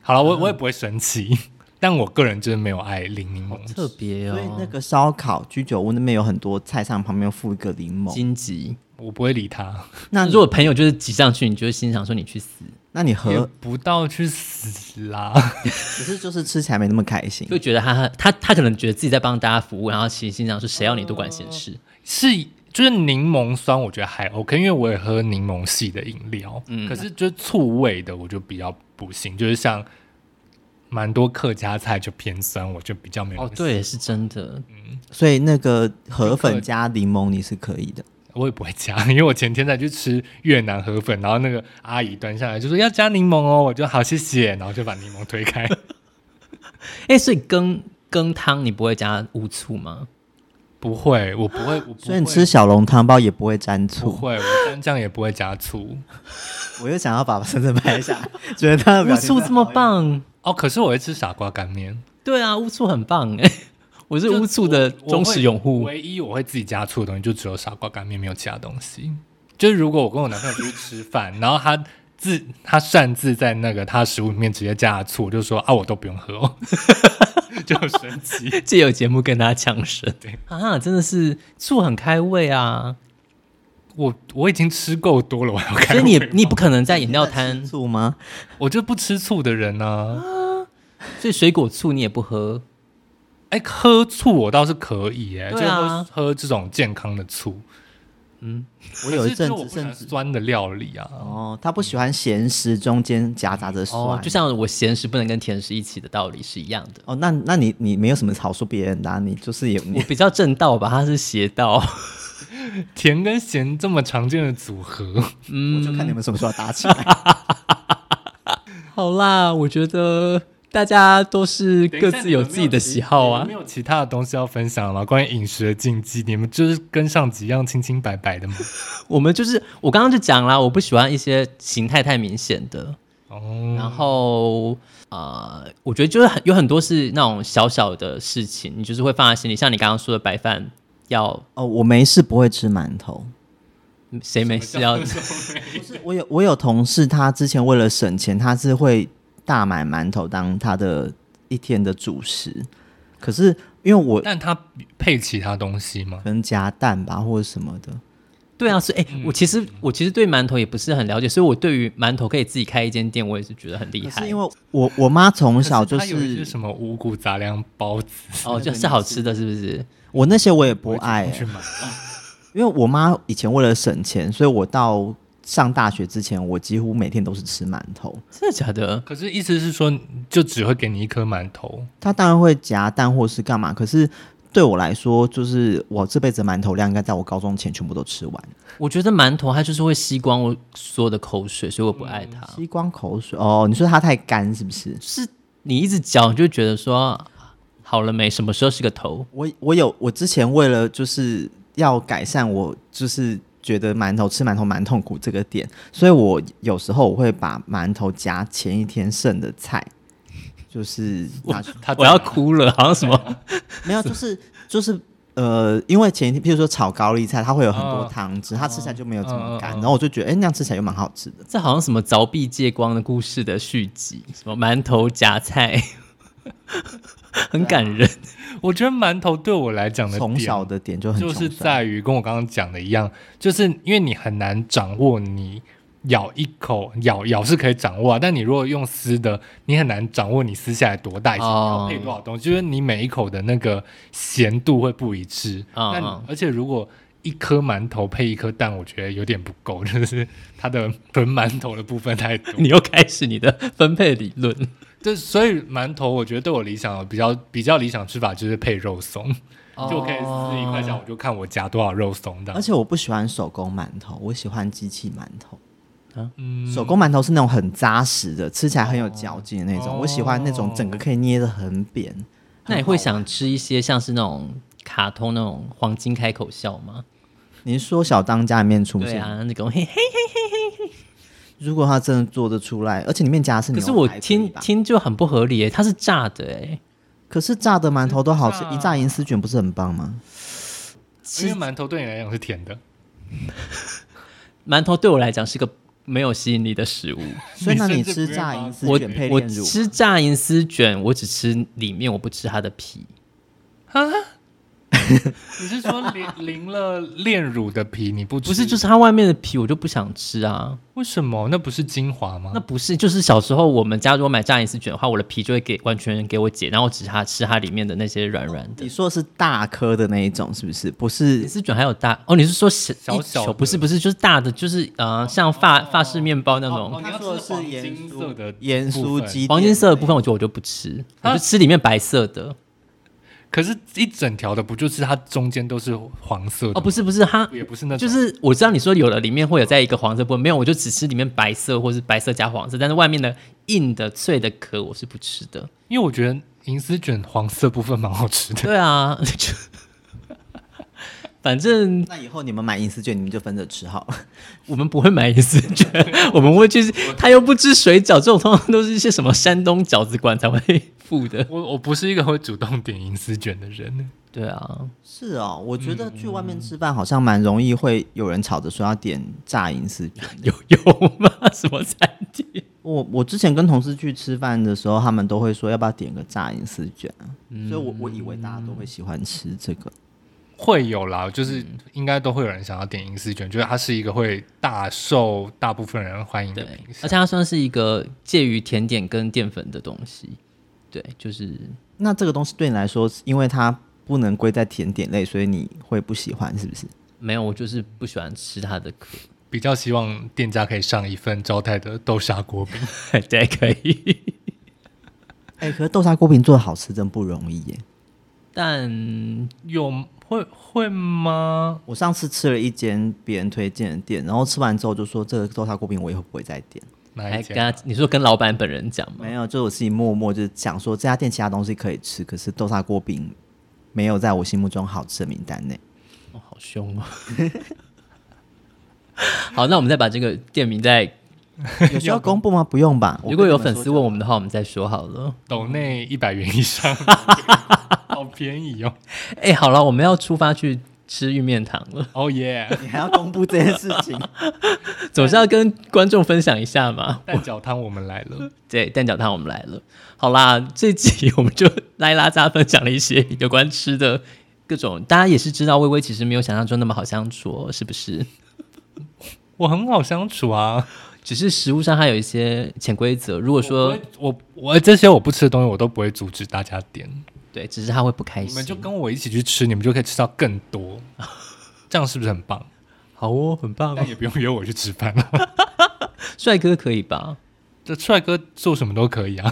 [SPEAKER 3] 好了，我我也不会生气， <laughs> 但我个人真的没有爱淋柠
[SPEAKER 1] 好
[SPEAKER 3] 檬
[SPEAKER 1] 特
[SPEAKER 3] 汁。
[SPEAKER 1] 别
[SPEAKER 2] 所以那
[SPEAKER 1] 哦，
[SPEAKER 2] 个烧烤居酒屋那边有很多菜上旁边附一个柠檬。
[SPEAKER 1] 荆棘。
[SPEAKER 3] 我不会理他，
[SPEAKER 2] 那
[SPEAKER 1] 那如果朋友就是挤上去，你就会心想说你去死，
[SPEAKER 2] 那你
[SPEAKER 3] 也
[SPEAKER 2] 喝，
[SPEAKER 3] 不到去死啦。 <laughs>
[SPEAKER 2] 只是就是吃起来没那么开心
[SPEAKER 1] 就。觉得他他他可能觉得自己在帮大家服务，然后其实心想是谁要你多管闲事。
[SPEAKER 3] 是，就是柠檬酸，我觉得还 OK，因为我也喝柠檬系的饮料。
[SPEAKER 2] 嗯
[SPEAKER 3] 可是就是醋味的，我就比较不行，就是像蛮多客家菜就偏酸，我就比较没有。
[SPEAKER 1] 哦，对，，是真的。
[SPEAKER 2] 所以那个河粉加柠檬你是可以的。
[SPEAKER 3] 我也不会加，因为我前天才去吃越南河粉，然后那个阿姨端上来就说要加柠檬哦，我就好谢谢，然后就把柠檬推开。 <laughs>
[SPEAKER 1] 哎，所以羹羹汤你不会加乌醋吗？
[SPEAKER 3] 不会，我不会，我不会。
[SPEAKER 2] 所以你吃小笼汤包也不会沾
[SPEAKER 3] 不
[SPEAKER 2] 醋。
[SPEAKER 3] 会，我蘸酱也不会加醋。
[SPEAKER 2] 我又想要把深圳拍下来，觉得他的
[SPEAKER 1] 乌
[SPEAKER 2] 表情
[SPEAKER 1] 醋这么棒，
[SPEAKER 3] 哦，可是我会吃傻瓜干面，
[SPEAKER 1] 对啊，乌醋很棒哎， <laughs> 我是
[SPEAKER 3] 就
[SPEAKER 1] 乌醋的
[SPEAKER 3] 我
[SPEAKER 1] 忠实拥
[SPEAKER 3] 我
[SPEAKER 1] 护
[SPEAKER 3] 会。唯一我会自己加醋的东西就只有傻瓜干面，没有其他东西。就是如果我跟我男朋友出去吃饭，然后他自他擅自在那个他食物里面直接加了醋，我就说啊，我都不用喝、哦， <laughs> 就很神奇。
[SPEAKER 1] 借由节目跟大家呛声，
[SPEAKER 3] 对
[SPEAKER 1] 啊，真的是醋很开胃啊！
[SPEAKER 3] 我我已经吃够多了，我还要开
[SPEAKER 1] 所以
[SPEAKER 3] 胃
[SPEAKER 1] 你也
[SPEAKER 3] 吗
[SPEAKER 1] 你也不可能在饮料摊
[SPEAKER 2] 吃，醋吗？
[SPEAKER 3] 我就不吃醋的人呢、啊。
[SPEAKER 1] 所以水果醋你也不喝，
[SPEAKER 3] 哎、喝醋我倒是可以、哎、就
[SPEAKER 1] 对
[SPEAKER 3] 是
[SPEAKER 1] 啊嗯
[SPEAKER 3] 喝喝这种健康的醋。
[SPEAKER 2] 我有一阵
[SPEAKER 3] 可是就是我不
[SPEAKER 2] 子
[SPEAKER 3] 喜
[SPEAKER 2] 甚
[SPEAKER 3] 欢
[SPEAKER 2] 至
[SPEAKER 3] 酸的料理啊，
[SPEAKER 2] 哦，他不喜欢咸食中间夹杂着酸，
[SPEAKER 1] 哦，就像我咸食不能跟甜食一起的道理是一样 <laughs> 的。
[SPEAKER 2] 哦，那那你你没有什么好说别人的、啊，你就是也
[SPEAKER 1] 我
[SPEAKER 2] 你
[SPEAKER 1] 比较正道吧，他是邪道。
[SPEAKER 3] 甜跟咸这么常见的组合，嗯
[SPEAKER 2] 我就看你们什么时候打起来。
[SPEAKER 1] <laughs>
[SPEAKER 2] <laughs>
[SPEAKER 1] 好啦，我觉得大家都是 <laughs> 各自有自己的喜好啊
[SPEAKER 3] 没。有其他的东西要分享吗？关于饮食的禁忌，你们就是跟上集一样清清白
[SPEAKER 1] <laughs>
[SPEAKER 3] 白的吗？
[SPEAKER 1] 我们就是我刚刚就讲啦，我不喜欢一些形态太明显的。
[SPEAKER 3] 哦，
[SPEAKER 2] 嗯
[SPEAKER 1] 然后呃，我觉得就是很有很多是那种小小的事情，你就是会放在心里。像你刚刚说的白饭，要
[SPEAKER 2] 哦，我没事不会吃馒头。
[SPEAKER 1] 谁没事要
[SPEAKER 2] 我有我有同事，他之前为了省钱，他是会大买馒头当他的一天的主食。可是因为我
[SPEAKER 3] 但它配其他东西吗？
[SPEAKER 2] 可能夹蛋吧，或者什么的，
[SPEAKER 1] <laughs> 对啊，所以、哎，
[SPEAKER 2] 嗯
[SPEAKER 1] 我其实我其实对馒头也不是很了解，所以我对于馒头可以自己开一间店，我也是觉得很厉
[SPEAKER 2] 可
[SPEAKER 1] 害哦
[SPEAKER 2] 是因。为我我妈从小就
[SPEAKER 3] 可是它有一些
[SPEAKER 2] 是
[SPEAKER 3] 什么五谷杂粮包子，
[SPEAKER 1] 哦，就是好吃的，是不是？
[SPEAKER 2] 我那些我也不爱、欸
[SPEAKER 3] 去买。
[SPEAKER 2] 因为我妈以前为了省钱，所以我到上大学之前，我几乎每天都是吃馒头。
[SPEAKER 1] 真的假的？
[SPEAKER 3] 可是意思是说，就只会给你一颗馒头，
[SPEAKER 2] 她当然会夹蛋或是干嘛，可是对我来说，就是我这辈子的馒头量应该在我高中前全部都吃完，啊
[SPEAKER 1] 我觉得馒头它就是会吸光我所有的口水，所以我不爱它。
[SPEAKER 2] 嗯吸光口水。哦，你说它太干是不是？
[SPEAKER 1] 是你一直嚼，你就会觉得说好了没，什么时候是个头？
[SPEAKER 2] 我我有我之前为了就是要改善我就是觉得馒头吃馒头蛮痛苦这个点，所以我有时候我会把馒头夹前一天剩的菜，就是拿去
[SPEAKER 3] 它
[SPEAKER 1] 我要哭了，好像什么
[SPEAKER 2] <laughs> 没有就是就是。呃，因为前一天，譬如说炒高丽菜，它会有很多
[SPEAKER 3] 嗯
[SPEAKER 2] 汤汁，它吃起来就没有这么干。
[SPEAKER 3] 嗯嗯嗯
[SPEAKER 2] 然后我就觉得，哎、那样吃起来又蛮好吃的。
[SPEAKER 1] 这好像什么凿壁借光的故事的续集，什么馒头夹菜， <laughs> 很感人。
[SPEAKER 2] 啊
[SPEAKER 3] 我觉得馒头对我来讲的
[SPEAKER 2] 从
[SPEAKER 3] 点
[SPEAKER 2] 小的点就很
[SPEAKER 3] 就
[SPEAKER 2] 穷
[SPEAKER 3] 是
[SPEAKER 2] 酸
[SPEAKER 3] 在于跟我刚刚讲的一样，就是因为你很难掌握你咬一口咬咬是可以掌握、啊，但你如果用撕的，你很难掌握你撕下来多大一层，
[SPEAKER 1] 哦
[SPEAKER 3] 要配多少东西，就是你每一口的那个咸度会不一致。
[SPEAKER 1] 哦
[SPEAKER 3] 那你
[SPEAKER 1] 哦
[SPEAKER 3] 而且如果一颗馒头配一颗蛋，我觉得有点不够，就是它的纯馒头的部分太多。
[SPEAKER 1] 你又开始你的分配理论，
[SPEAKER 3] 对，所以馒头我觉得对我理想比较比较理想吃法就是配肉松，就我可以撕一块下，我就看我夹多少肉松的
[SPEAKER 2] 而。且我不喜欢手工馒头，我喜欢机器馒头。
[SPEAKER 3] 嗯
[SPEAKER 2] 手工馒头是那种很扎实的，吃起来很有嚼劲的那种。
[SPEAKER 3] 哦
[SPEAKER 2] 我喜欢那种整个可以捏得很扁。
[SPEAKER 1] 那你会想吃一些像是那种卡通那种黄金开口笑吗？
[SPEAKER 2] 你说小当家里面出
[SPEAKER 1] 对
[SPEAKER 2] 现，
[SPEAKER 1] 啊，那种嘿嘿。
[SPEAKER 2] 如果他真的做得出来，而且里面夹的是
[SPEAKER 1] 可
[SPEAKER 2] 牛
[SPEAKER 1] 是我
[SPEAKER 2] 排以
[SPEAKER 1] 听
[SPEAKER 2] 吧
[SPEAKER 1] 听就很不合理耶，它是炸的哎。
[SPEAKER 2] 可是炸的馒头都好吃，
[SPEAKER 3] 炸
[SPEAKER 2] 一炸银丝卷不是很棒吗？
[SPEAKER 3] 因为馒头对你来讲是甜的，
[SPEAKER 1] 馒头对我来讲是个没有吸引力的食物。
[SPEAKER 2] 所以那你
[SPEAKER 3] 甚至
[SPEAKER 2] 吃
[SPEAKER 3] 不愿
[SPEAKER 2] 炸
[SPEAKER 3] 帮
[SPEAKER 2] 银丝
[SPEAKER 1] 我
[SPEAKER 2] 卷配
[SPEAKER 1] 我
[SPEAKER 2] 炼乳，
[SPEAKER 1] 吃炸银丝卷，我只吃里面，我不吃它的皮。
[SPEAKER 3] 你是说淋淋了炼 <laughs> 乳的皮你不吃？
[SPEAKER 1] 不是，就是它外面的皮，我就不想吃啊。
[SPEAKER 3] 为什么？那不是精华吗？
[SPEAKER 1] 那不是，就是小时候我们家如果买炸银丝卷的话，我的皮就会给完全给我姐，然后我只它吃它里面的那些软软的。
[SPEAKER 2] 你说的是大颗的那一种，是不是？不是
[SPEAKER 1] 银丝卷还有大哦，你是说小
[SPEAKER 3] 小
[SPEAKER 1] 一
[SPEAKER 3] 小
[SPEAKER 1] 球
[SPEAKER 3] 的
[SPEAKER 1] 不是不是，就是大的，就是呃，像法法式面包那
[SPEAKER 3] 哦
[SPEAKER 1] 种
[SPEAKER 3] 你要
[SPEAKER 2] 他说的
[SPEAKER 3] 吃黄
[SPEAKER 2] 是盐
[SPEAKER 3] 金色的
[SPEAKER 2] 酥盐
[SPEAKER 3] 部
[SPEAKER 2] 酥
[SPEAKER 3] 分
[SPEAKER 2] 鸡
[SPEAKER 1] 黄金
[SPEAKER 2] 店
[SPEAKER 1] 色的部分，我觉得我就不吃，我
[SPEAKER 3] 啊
[SPEAKER 1] 就吃里面白色的。
[SPEAKER 3] 可是一整条的不就是它中间都是黄色的
[SPEAKER 1] 哦，
[SPEAKER 3] 吗？
[SPEAKER 1] 不是不是，它
[SPEAKER 3] 也不是那种，
[SPEAKER 1] 就是我知道你说有的里面会有在一个黄色部分，没有我就只吃里面白色或是白色加黄色，但是外面的硬的脆的壳我是不吃
[SPEAKER 3] <laughs>
[SPEAKER 1] 的。
[SPEAKER 3] 因为我觉得银丝卷黄色部分蛮好吃的。
[SPEAKER 1] 对啊，就 <laughs> 反正
[SPEAKER 2] 那以后你们买银丝卷，你们就分着吃好 <laughs> 了。
[SPEAKER 1] 我们不会买银丝卷，我们会去，他又不吃水饺，这种通常都是一些什么山东饺子馆才会付的。
[SPEAKER 3] 我我不是一个会主动点银丝卷的人，
[SPEAKER 1] 对啊，
[SPEAKER 2] 是哦，我觉得去外面吃饭好像蛮容易会有人吵着说要点炸银丝卷。
[SPEAKER 1] 有有吗？ <laughs> 什么餐厅？
[SPEAKER 2] 我我之前跟同事去吃饭的时候，他们都会说要不要点个炸银丝卷啊，所以我我以为大家都会喜欢吃这个。
[SPEAKER 3] 会有啦，就是
[SPEAKER 1] 嗯
[SPEAKER 3] 应该都会有人想要点银丝卷，就是它是一个会大受大部分人欢迎的
[SPEAKER 1] 对
[SPEAKER 3] 品，
[SPEAKER 1] 而且
[SPEAKER 3] 相。
[SPEAKER 1] 它算是一个介于甜点跟淀粉的东西。对，就是
[SPEAKER 2] 那这个东西对你来说，因为它不能归在甜点类，所以你会不喜欢，是不是？
[SPEAKER 1] 没有，我就是不喜欢吃它的壳。
[SPEAKER 3] 比较希望店家可以上一份招待的豆沙
[SPEAKER 1] <laughs>
[SPEAKER 3] 锅饼，
[SPEAKER 1] <laughs> 对，可以。
[SPEAKER 2] 哎、可是豆沙锅饼做的好吃真不容易耶。
[SPEAKER 1] 但
[SPEAKER 3] 有会会吗？
[SPEAKER 2] 我上次吃了一间别人推荐的店，然后吃完之后就说这个豆沙锅饼我以后不会再点。
[SPEAKER 3] 哪
[SPEAKER 1] 还
[SPEAKER 3] 一
[SPEAKER 1] 跟
[SPEAKER 3] 家？
[SPEAKER 1] 他，你说跟老板本人讲吗？
[SPEAKER 2] 没有，就是我自己默默就是想说这家店其他东西可以吃，可是豆沙锅饼没有在我心目中好吃的名
[SPEAKER 1] <laughs>
[SPEAKER 2] 单内。
[SPEAKER 1] 哦，好凶哦。 <laughs> 好，那我们再把这个店名再，
[SPEAKER 2] 有需要公布吗？不用吧。我
[SPEAKER 1] 如果
[SPEAKER 2] 跟
[SPEAKER 1] 有
[SPEAKER 2] 你们
[SPEAKER 1] 粉
[SPEAKER 2] 说
[SPEAKER 1] 丝问我们的话，我们再说好了。
[SPEAKER 3] 斗内一百元
[SPEAKER 1] <laughs>
[SPEAKER 3] 以上，好便宜哦！
[SPEAKER 1] 哎、好了，我们要出发去吃玉面堂了，
[SPEAKER 3] 哦耶，
[SPEAKER 1] <laughs>
[SPEAKER 2] 你还要公布这件事情，
[SPEAKER 1] 总是要跟观众分享一下嘛。
[SPEAKER 3] 蛋饺汤我们来了，
[SPEAKER 1] 对，蛋饺汤我们来了。好啦，这集我们就拉一拉杂分享了一些有关吃的各种，大家也是知道，微微其实没有想象中那么好相处、哦，是不 <laughs> 是？
[SPEAKER 3] 我很好相处啊。
[SPEAKER 1] 只是食物上它有一些潜规则，如果
[SPEAKER 3] 我
[SPEAKER 1] 说
[SPEAKER 3] 我我我这些我不吃的东西，我都不会阻止大家点。
[SPEAKER 1] 对，只是他会不开心。
[SPEAKER 3] 你们就跟我一起去吃，你们就可以吃到更
[SPEAKER 1] <laughs>
[SPEAKER 3] 多，这样是不是很棒？
[SPEAKER 1] 好哦，很棒
[SPEAKER 3] 但也不用约我去吃饭了。 <laughs>
[SPEAKER 1] 帅哥可以吧？
[SPEAKER 3] 这帅哥做什么都可以啊，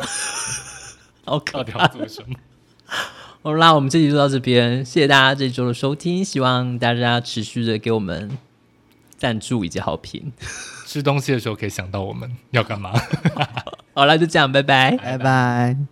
[SPEAKER 1] 好
[SPEAKER 3] 到
[SPEAKER 1] 可
[SPEAKER 3] 底要做什么？
[SPEAKER 1] 好啦，我们这集就到这边，谢谢大家这周的收听，希望大家持续的给我们赞助以及好评。
[SPEAKER 3] 吃东西的时候可以想到我们要干嘛。
[SPEAKER 1] 好啦，就这样，拜拜。
[SPEAKER 2] 拜拜。